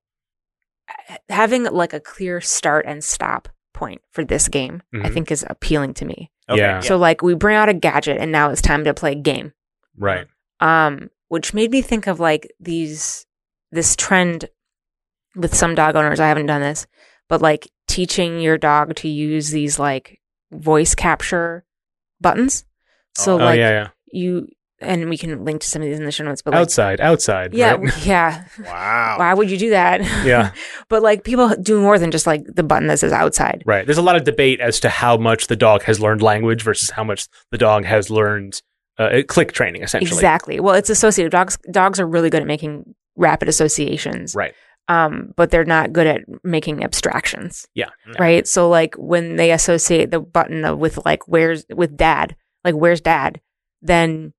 having like a clear start and stop point for this game I
Mhm.
think is appealing to me.
Yeah.
So like we bring out a gadget and now it's time to play game
right.
um, which made me think of like these this trend with some dog owners. I haven't done this, but like teaching your dog to use these like voice capture buttons. So
Oh,
oh,
like
yeah, yeah.
you and we can link to some of these in the show notes, but like
Outside, outside.
yeah,
right? [LAUGHS]
yeah.
Wow.
Why would you do that?
Yeah.
but like people do more than just like the button that says outside.
Right. There's a lot of debate as to how much the dog has learned language versus how much the dog has learned uh, click training, essentially.
Exactly. Well, it's associative. Dogs dogs are really good at making rapid associations.
Right.
um, but they're not good at making abstractions.
Yeah. Mm.
No.
Right. So like when they associate the button of- with like where's with dad, like where's dad, then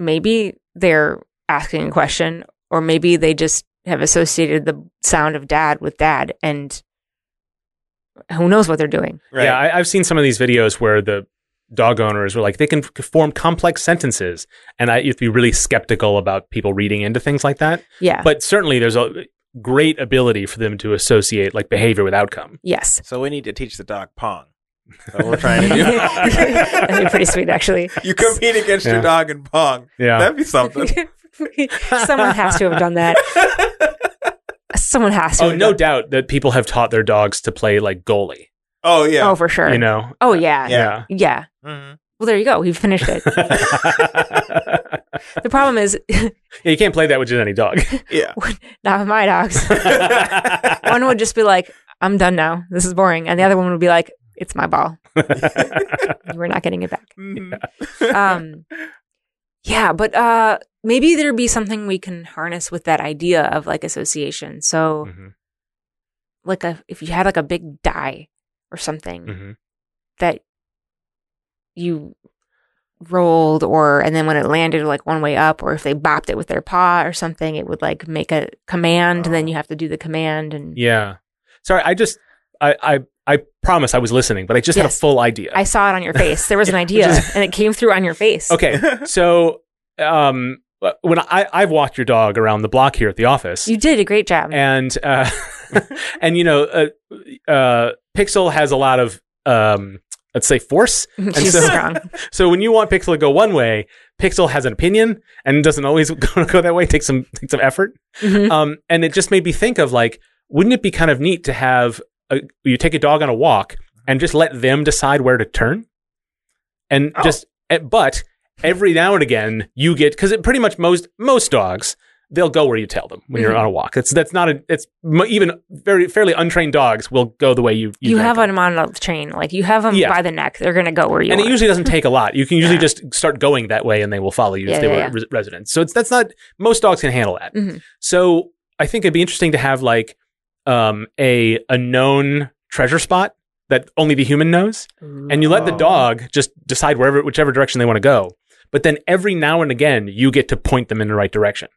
maybe they're asking a question, or maybe they just have associated the sound of dad with dad, and who knows what they're doing.
Right.
Yeah. I, I've seen some of these videos where the dog owners were like, they can f- form complex sentences. And I used to be really skeptical about people reading into things like that.
Yeah.
But certainly there's a great ability for them to associate like behavior with outcome.
yes.
so we need to teach the dog Pong. So we're trying to
[LAUGHS] That'd be
do.
pretty sweet, actually. [LAUGHS]
You compete against
Yeah.
your dog in Pong.
Yeah. [LAUGHS]
[LAUGHS] That'd be something.
Someone has to have done that. Someone has to.
oh,
have
no
done-
doubt that people have taught their dogs to play like goalie.
Oh yeah.
Oh, for sure.
You know.
Oh yeah. yeah.
Yeah.
Mhm.
Well, there you go. He finished it. the problem is
[LAUGHS]
[LAUGHS]
Yeah, you can't play that with just any dog.
Yeah.
not with my dogs. One would just be like, "I'm done now. This is boring," and the other one would be like, "It's my ball. We're not getting it back."
Mhm.
Um, yeah, but uh, maybe there'd be something we can harness with that idea of like association. So,
Mhm,
like, a, if you had like a big die or something,
mhm.
that you rolled or and then when it landed like one way up or if they bopped it with their paw or something it would like make a command and then you have to do the command and
Yeah. Sorry, I just I I I promise I was listening, but I just had a
Yes.
full idea.
i saw it on your face
[LAUGHS]
there was an idea
Which is-
and it came through on your face [LAUGHS]
okay. So um when I I've walked your dog around the block here at the office.
you did a great
[LAUGHS]
job [LAUGHS]
and uh, [LAUGHS] and you know, uh, uh, Pixel has a lot of um, let's say
[LAUGHS]
force.
she's
so- [LAUGHS]
strong
So when you want Pixel to go one way, Pixel has an opinion and doesn't always [LAUGHS] go, go that way. Take some take some effort.
Mhm.
Um, and it just made me think of like, wouldn't it be kind of neat to have a, you take a dog on a walk and just let them decide where to turn, and
Oh.
just eh, but every now and again you get because it pretty much most most dogs they'll go where you tell them when you're
Mhm.
on a walk. That's that's not a it's m- even very fairly untrained dogs will go the way you
you,
direct
have
them.
them on a train like you have them
Yeah.
by the neck they're gonna go where you
and it
want
usually doesn't take a lot. You can usually
Yeah.
just start going that way, and they will follow you
Yeah,
if they
yeah,
were
yeah.
res- residents. So it's that's not most dogs can handle that.
Mhm.
So I think it'd be interesting to have like um, a a known treasure spot that only the human knows, and you let the
Oh.
dog just decide wherever whichever direction they want to go. But then every now and again, you get to point them in the right direction.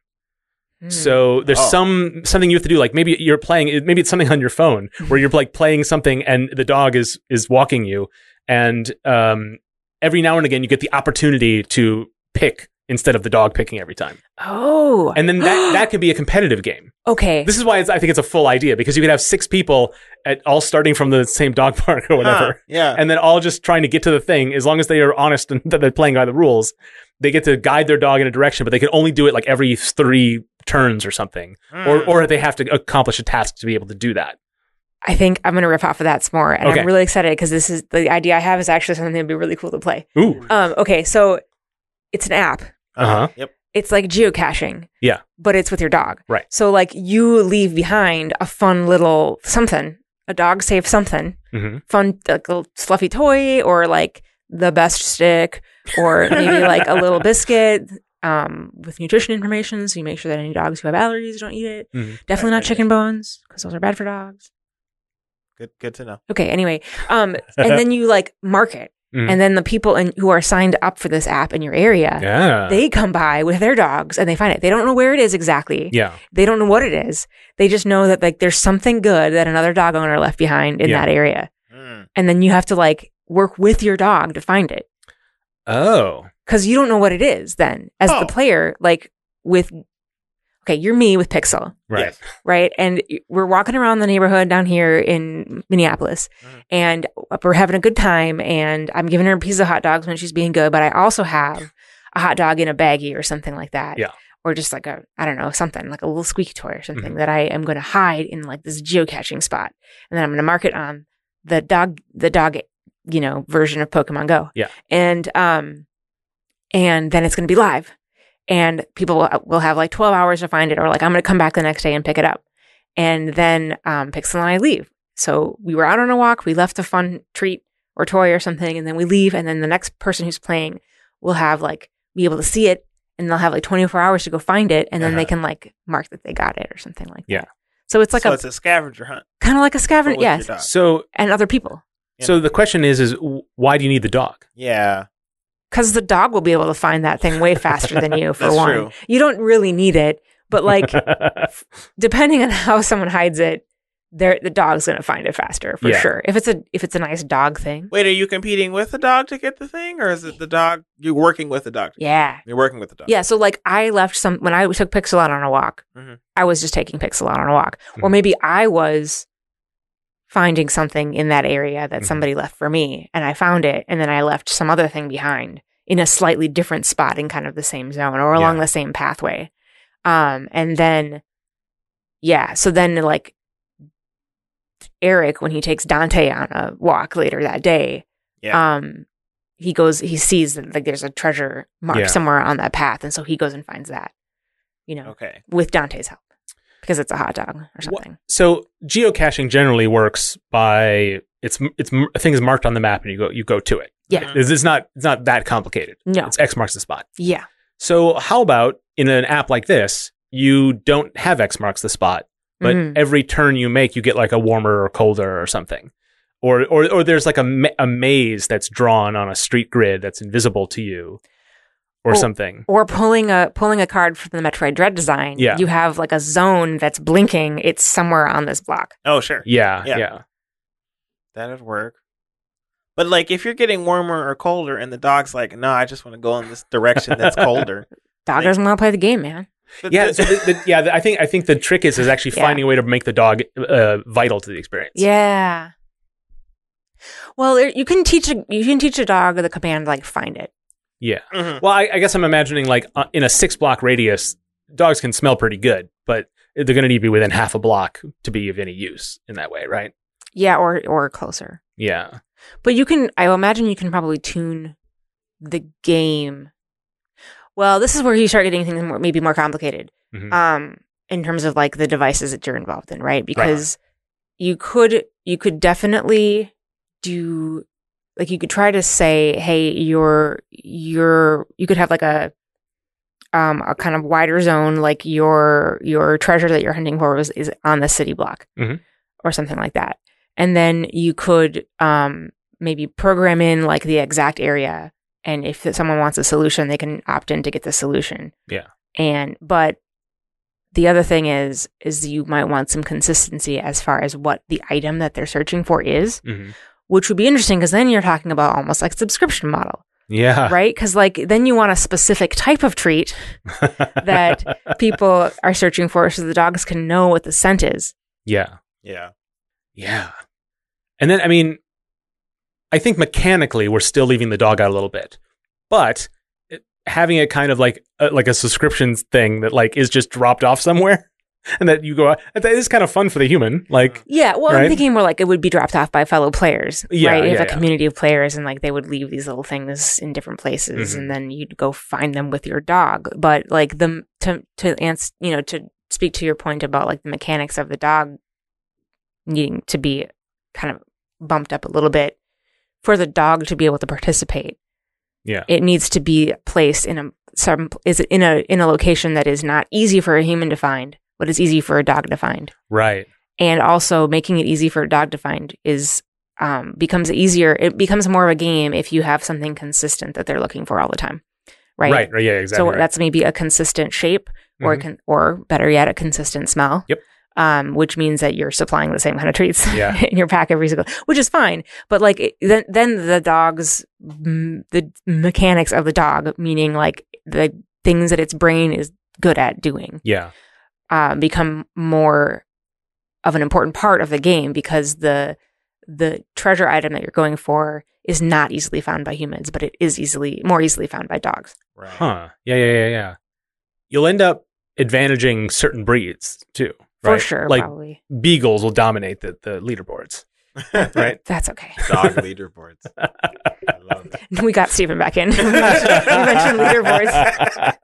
Mm.
So there's
Oh.
some something you have to do. Like maybe you're playing, it- maybe it's something on your phone
Mm-hmm.
where you're like playing something, and the dog is is walking you, and um, every now and again you get the opportunity to pick instead of the dog picking every time,
oh
and then that that could be a competitive game.
okay
This is why it's, I think it's a full idea because you could have six people at all starting from the same dog [LAUGHS] park or whatever.
Huh, Yeah.
And then all just trying to get to the thing, as long as they are honest and [LAUGHS] that they're playing by the rules, they get to guide their dog in a direction, but they can only do it like every three turns or something or
Mm.
or they have to accomplish a task to be able to do that.
i think i'm gonna rip off of that some more and
Okay.
i'm really excited because this is the idea i have is actually something that'd be really cool to play
Ooh,
Um, okay, so it's an app.
Uh-huh.
Yep.
It's like geocaching.
Yeah.
But it's with your dog.
Right.
So like you leave behind a fun little something, a dog safe something,
hmm
fun like a little fluffy toy or like the best stick or
[LAUGHS]
maybe like a little biscuit um, with nutrition information. So you make sure that any dogs who have allergies don't eat it.
Mhm.
Definitely
Right,
not
right,
chicken bones because those are bad for dogs.
Good. Good to know.
Okay. Anyway, um,
[LAUGHS]
and then you like mark it,
Mm.
and then the people in, who are signed up for this app in your area,
yeah,
they come by with their dogs and they find it. They don't know where it is exactly.
yeah,
They don't know what it is. They just know that like there's something good that another dog owner left behind in
Yeah.
that area.
Mm.
And then you have to like work with your dog to find it
oh,
cuz you don't know what it is then as
Oh.
the player like with Okay, you're me with Pixel,
right,
Yes.
right? And we're walking around the neighborhood down here in Minneapolis
Mhm.
and uh, we're having a good time and I'm giving her a piece of hot dogs when she's being good, but I also have a hot dog in a baggie or something like that.
Yeah.
Or just like a, I don't know, something like a little squeaky toy or something that I am going to hide in like this geocaching spot. And then I'm going to mark it on the dog, the dog, you know, version of Pokemon Go.
Yeah.
And, um, and then it's going to be live and people will, will have like 12 hours to find it or like, I'm going to come back the next day and pick it up. And then, um, Pixel and I leave. So we were out on a walk. We left a fun treat or toy or something, and then we leave. And then the next person who's playing will have like be able to see it, and they'll have like 24 hours to go find it, and then they
Uh-huh.
can like mark that they got it or something like
Yeah.
that. So it's like
so
a
it's a scavenger hunt.
kind of like a
but
scavenger,
with your
yes,
Uh,
dog.
So,
and other people,
Yeah.
so the question is, is w- why do you need the dog?
Yeah.
because the dog will be able to find that thing way faster than
[LAUGHS]
you. For
That's
one,
true.
you don't really need it, but like
[LAUGHS]
depending on how someone hides it, there the dog's gonna find it faster for
Yeah.
sure. If it's a if it's a nice dog thing,
Wait, are you competing with the dog to get the thing, or is it the dog? You're working with the dog.
yeah.
You're working with the dog.
Yeah, so like I left some when I took Pixel out on a walk.
Mhm.
I was just taking Pixel out on a walk, or
Mhm.
maybe I was finding something in that area that
Mhm.
somebody left for me, and I found it, and then I left some other thing behind in a slightly different spot in kind of the same zone or along
Yeah.
the same pathway. Um, and then yeah, so then like Eric when he takes Dante on a walk later that day.
Yeah.
Um, he goes, he sees that like there's a treasure mark
Yeah.
somewhere on that path, and so he goes and finds that. You know,
Okay.
with Dante's help, because it's a hot dog or something.
[LAUGHS] So geocaching generally works by it's it's a thing is marked on the map and you go you go to it.
Yeah.
It's, it's not it's not that complicated.
No,
It's X marks the spot.
yeah,
So how about in an app like this, you don't have X marks the spot, but
Mhm.
every turn you make, you get like a warmer or colder or something. Or, or, or there's like a, ma- a maze that's drawn on a street grid that's invisible to you or
Oh.
something.
or pulling a pulling a card from the Metroid Dread design.
Yeah.
you have like a zone that's blinking. It's somewhere on this block.
Oh, sure.
Yeah, yeah.
Yeah. That'd work. But like, if you're getting warmer or colder, and the dog's like, "No, I just want to go in this direction that's colder."
Dog
Like-
doesn't want to play the game, man.
But
[LAUGHS] Yeah,
th-
so
[LAUGHS]
the, the, yeah. The, I think I think the trick is is actually
Yeah.
finding a way to make the dog uh, vital to the experience.
Yeah. Well, there- you can teach a, you can teach a dog the command like find it.
yeah.
Mhm.
Well, I, I guess I'm imagining like uh, in a six block radius, dogs can smell pretty good, but they're going to need to be within half a block to be of any use in that way, right?
Yeah, or or closer.
Yeah.
But you can I imagine you can probably tune the game. Well, this is where you start getting things more, maybe more complicated.
Mhm.
Um in terms of like the devices that you're involved in, right? Because you could you could definitely do like you could try to say, "Hey, you're you're you could have like a um, a kind of wider zone, like your your treasure that you're hunting for was is on the city block
Mhm.
or something like that. And then you could um, maybe program in like the exact area, and if someone wants a solution, they can opt in to get the solution.
Yeah.
And but the other thing is is you might want some consistency as far as what the item that they're searching for is,
Mhm.
which would be interesting because then you're talking about almost like subscription model,
Yeah.
right? Because like then you want a specific type of treat that
[LAUGHS]
people are searching for so the dogs can know what the scent is.
yeah.
yeah.
Yeah. And then I mean, I think mechanically we're still leaving the dog out a little bit, but it- having a kind of like a, like a subscription thing that like is just dropped off somewhere. [LAUGHS] And that you go, that is kind of fun for the human. Like,
Yeah, well,
Right.
I'm thinking more like it would be dropped off by fellow players,
Yeah,
right? You have
yeah,
a
yeah.
community of players, and like they would leave these little things in different places,
Mhm.
and then you'd go find them with your dog. But like the to to ans- you know to speak to your point about like the mechanics of the dog needing to be kind of bumped up a little bit for the dog to be able to participate.
Yeah.
it needs to be placed in a some is it in a in a location that is not easy for a human to find, but is easy for a dog to find
right.
and also making it easy for a dog to find is um, becomes easier. It becomes more of a game if you have something consistent that they're looking for all the time, right?
Right. right, Yeah, exactly.
so
right.
that's maybe a consistent shape, or
Mhm.
con- or better yet, a consistent smell.
Yep.
Um, which means that you're supplying the same kind of treats
Yeah.
[LAUGHS] in your pack every single, which is fine. But like it, then, then the dog's m- the mechanics of the dog, meaning like the things that its brain is good at doing,
yeah.
uh, become more of an important part of the game because the the treasure item that you're going for is not easily found by humans, but it is easily more easily found by dogs.
Right. [LAUGHS]
Huh. Yeah, yeah, yeah, yeah. You'll end up advantaging certain breeds too.
For
right?
sure,
Like
probably.
beagles will dominate the, the
[LAUGHS]
leaderboards. Right.
That's okay. [LAUGHS]
[LAUGHS]
Dog leaderboards. I love it.
We got Stephen back in. [LAUGHS]
[LAUGHS]
we mentioned leaderboards.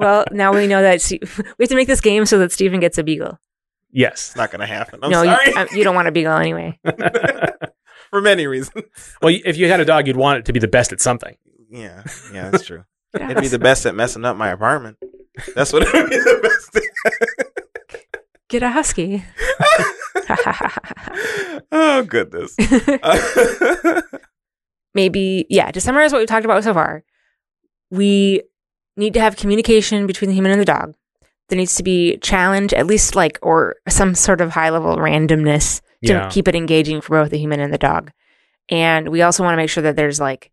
Well, now we know that Ste- [LAUGHS] we have to make this game so that Stephen gets a beagle.
yes. [LAUGHS]
It's not gonna happen. I'm
no,
sorry
You, um, you don't want a beagle anyway.
for many reasons.
Well, if you had a dog, you'd want it to be the best at something.
Yeah. Yeah, that's true.
Yes.
It'd be the best at messing up my apartment. That's what it'd be the best. At.
Get a husky. [LAUGHS]
oh
[LAUGHS]
goodness. [LAUGHS] Uh,
maybe yeah to summarize what we've talked about so far we need to have communication between the human and the dog there needs to be challenge at least like or some sort of high level randomness to
Yeah.
keep it engaging for both the human and the dog and we also want to make sure that there's like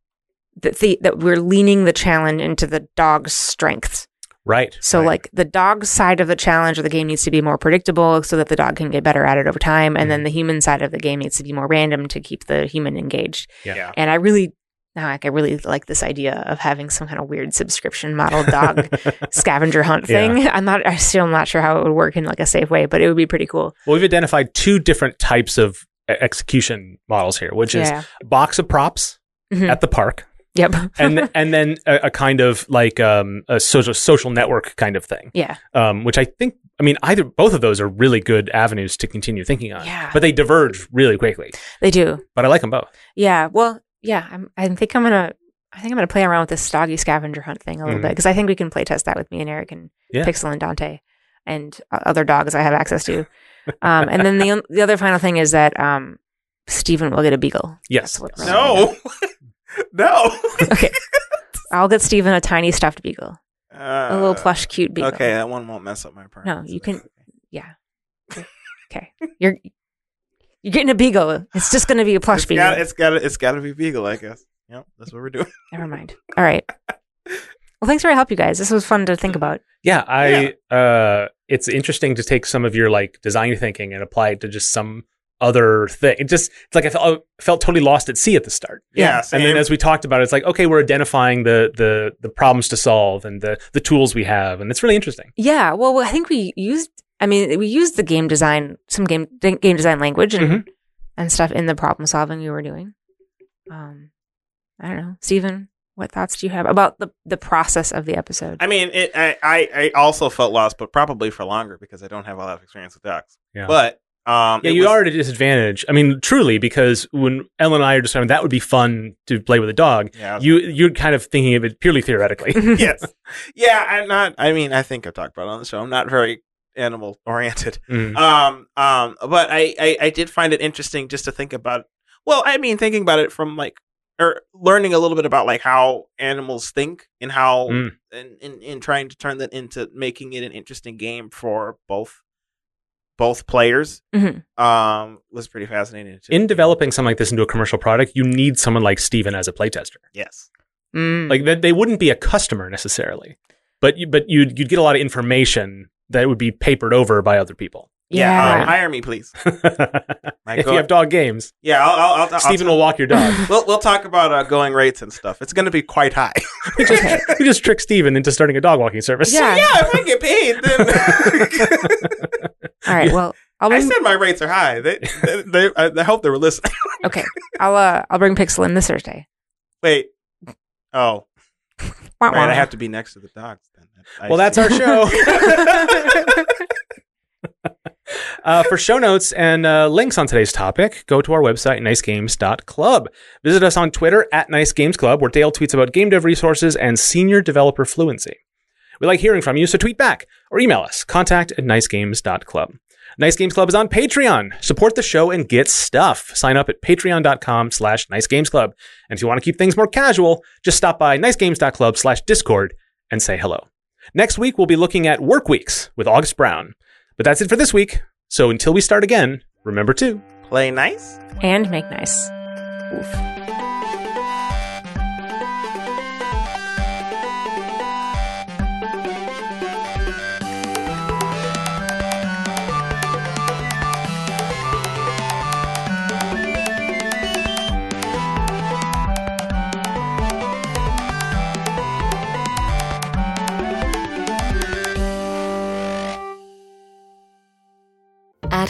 that the, that we're leaning the challenge into the dog's strengths
Right.
so
right.
like the dog side of the challenge of the game needs to be more predictable so that the dog can get better at it over
Mm-hmm.
time and then the human side of the game needs to be more random to keep the human engaged
Yeah.
and I really Now, like, I really like this idea of having some kind of weird subscription
[LAUGHS]
model dog scavenger hunt
Yeah.
thing. I'm not, I still am not sure how it would work in like a safe way, but it would be pretty cool.
Well, we've identified two different types of e- execution models here, which is
Yeah.
a box of props
Mhm.
at the park,
Yep.
and and then a, a kind of like um, a social social network kind of thing,
[LAUGHS] yeah.
um, which I think. I mean, either both of those are really good avenues to continue thinking on,
Yeah.
but they diverge really quickly.
They do.
But I like them both.
Yeah. Well, yeah. I'm, I think I'm going to, I think I'm going to play around with this doggy scavenger hunt thing a little
Mhm.
bit because I think we can play test that with me and Eric and
Yeah.
Pixel and Dante and uh, other dogs I have access
[LAUGHS]
to. Um, and then the, the other final thing is that um, Stephen will get a beagle.
Yes.
That's what we're looking
No. [LAUGHS] no.
at. Okay. I'll get Stephen a tiny stuffed beagle. a little plush, cute beagle.
Uh, Okay, that one won't mess up my part.
No, you can- Okay. You're you're getting a beagle. It's just going to be a plush
It's
beagle.
got, it's got it's got to be beagle, I guess. Yep, that's what we're doing.
Never mind. All right. Well, thanks for your help, you guys. This was fun to
Mm-hmm.
think about.
Yeah, I uh it's interesting to take some of your like design thinking and apply it to just some other thing. It just it's like I felt, I felt totally lost at sea at the start.
Yeah,
And then as we talked about it, it's like okay, we're identifying the the the problems to solve and the the tools we have and it's really interesting.
Yeah. Well, I think we used. I mean, we used the game design, some game game design language and
Mm-hmm.
Mhm.
and stuff in the problem solving you were doing. Um, I don't know, Stephen. What thoughts do you have about the the process of the episode?
I mean, it, I, I I also felt lost, but probably for longer because I don't have all that experience with dogs.
Yeah.
But um,
Yeah,
it
you
was-
are at a disadvantage. I mean, truly because when Ellen and I are describing that would be fun to play with a dog,
Yeah, I was-
you you're kind of thinking of it purely theoretically.
[LAUGHS]
[LAUGHS]
[LAUGHS]
yes. Yeah, I'm not. I mean, I think I've talked about it on the show. I'm not very animal oriented.
Mm.
[LAUGHS] Um, um, but I, I, I did find it interesting just to think about. Well, I mean, thinking about it from like or learning a little bit about like how animals think and how
Mm.
and, and and trying to turn that into making it an interesting game for both both players.
Mhm.
Um, was pretty fascinating. to-
In developing something like this into a commercial product, you need someone like Steven as a playtester.
yes,
Mm.
like that they wouldn't be a customer necessarily but you, but you'd you'd get a lot of information that would be papered over by other [LAUGHS] people
yeah, um,
yeah.
hire
[LAUGHS]
me, please. My
if
go-
you have dog games
yeah, I'll, I'll, I'll, I'll
Stephen will walk your [LAUGHS] dog
We'll we'll talk about uh, going rates and stuff. It's going to be quite high.
you just, you just trick Steven into starting a dog walking service [LAUGHS]
Yeah.
[LAUGHS] yeah, if I get paid, then [LAUGHS]
All right. Well, I'll
I
Um,
bring,
said my rates are high. They, they, they I, I hope they were listening.
okay. I'll uh, I'll bring Pixel in this Thursday.
[LAUGHS] Wait. Oh,
Wah,
right.
wah.
I have to be next to the dogs then. I
well that's
see.
our show Uh, for show notes and uh, links on today's topic, go to our website, nicegames.club. Visit us on Twitter at nicegamesclub, where Dale tweets about game dev resources and senior developer fluency. We like hearing from you, so tweet back or email us, contact at nicegames.club. Nice Games Club is on Patreon. Support the show and get stuff. Sign up at patreon.com slash nicegamesclub. And if you want to keep things more casual, just stop by nicegames.club slash discord and say hello. Next week, we'll be looking at work weeks with August Brown. But that's it for this week. So until we start again, remember to.
play nice.
and make nice. Oof.
At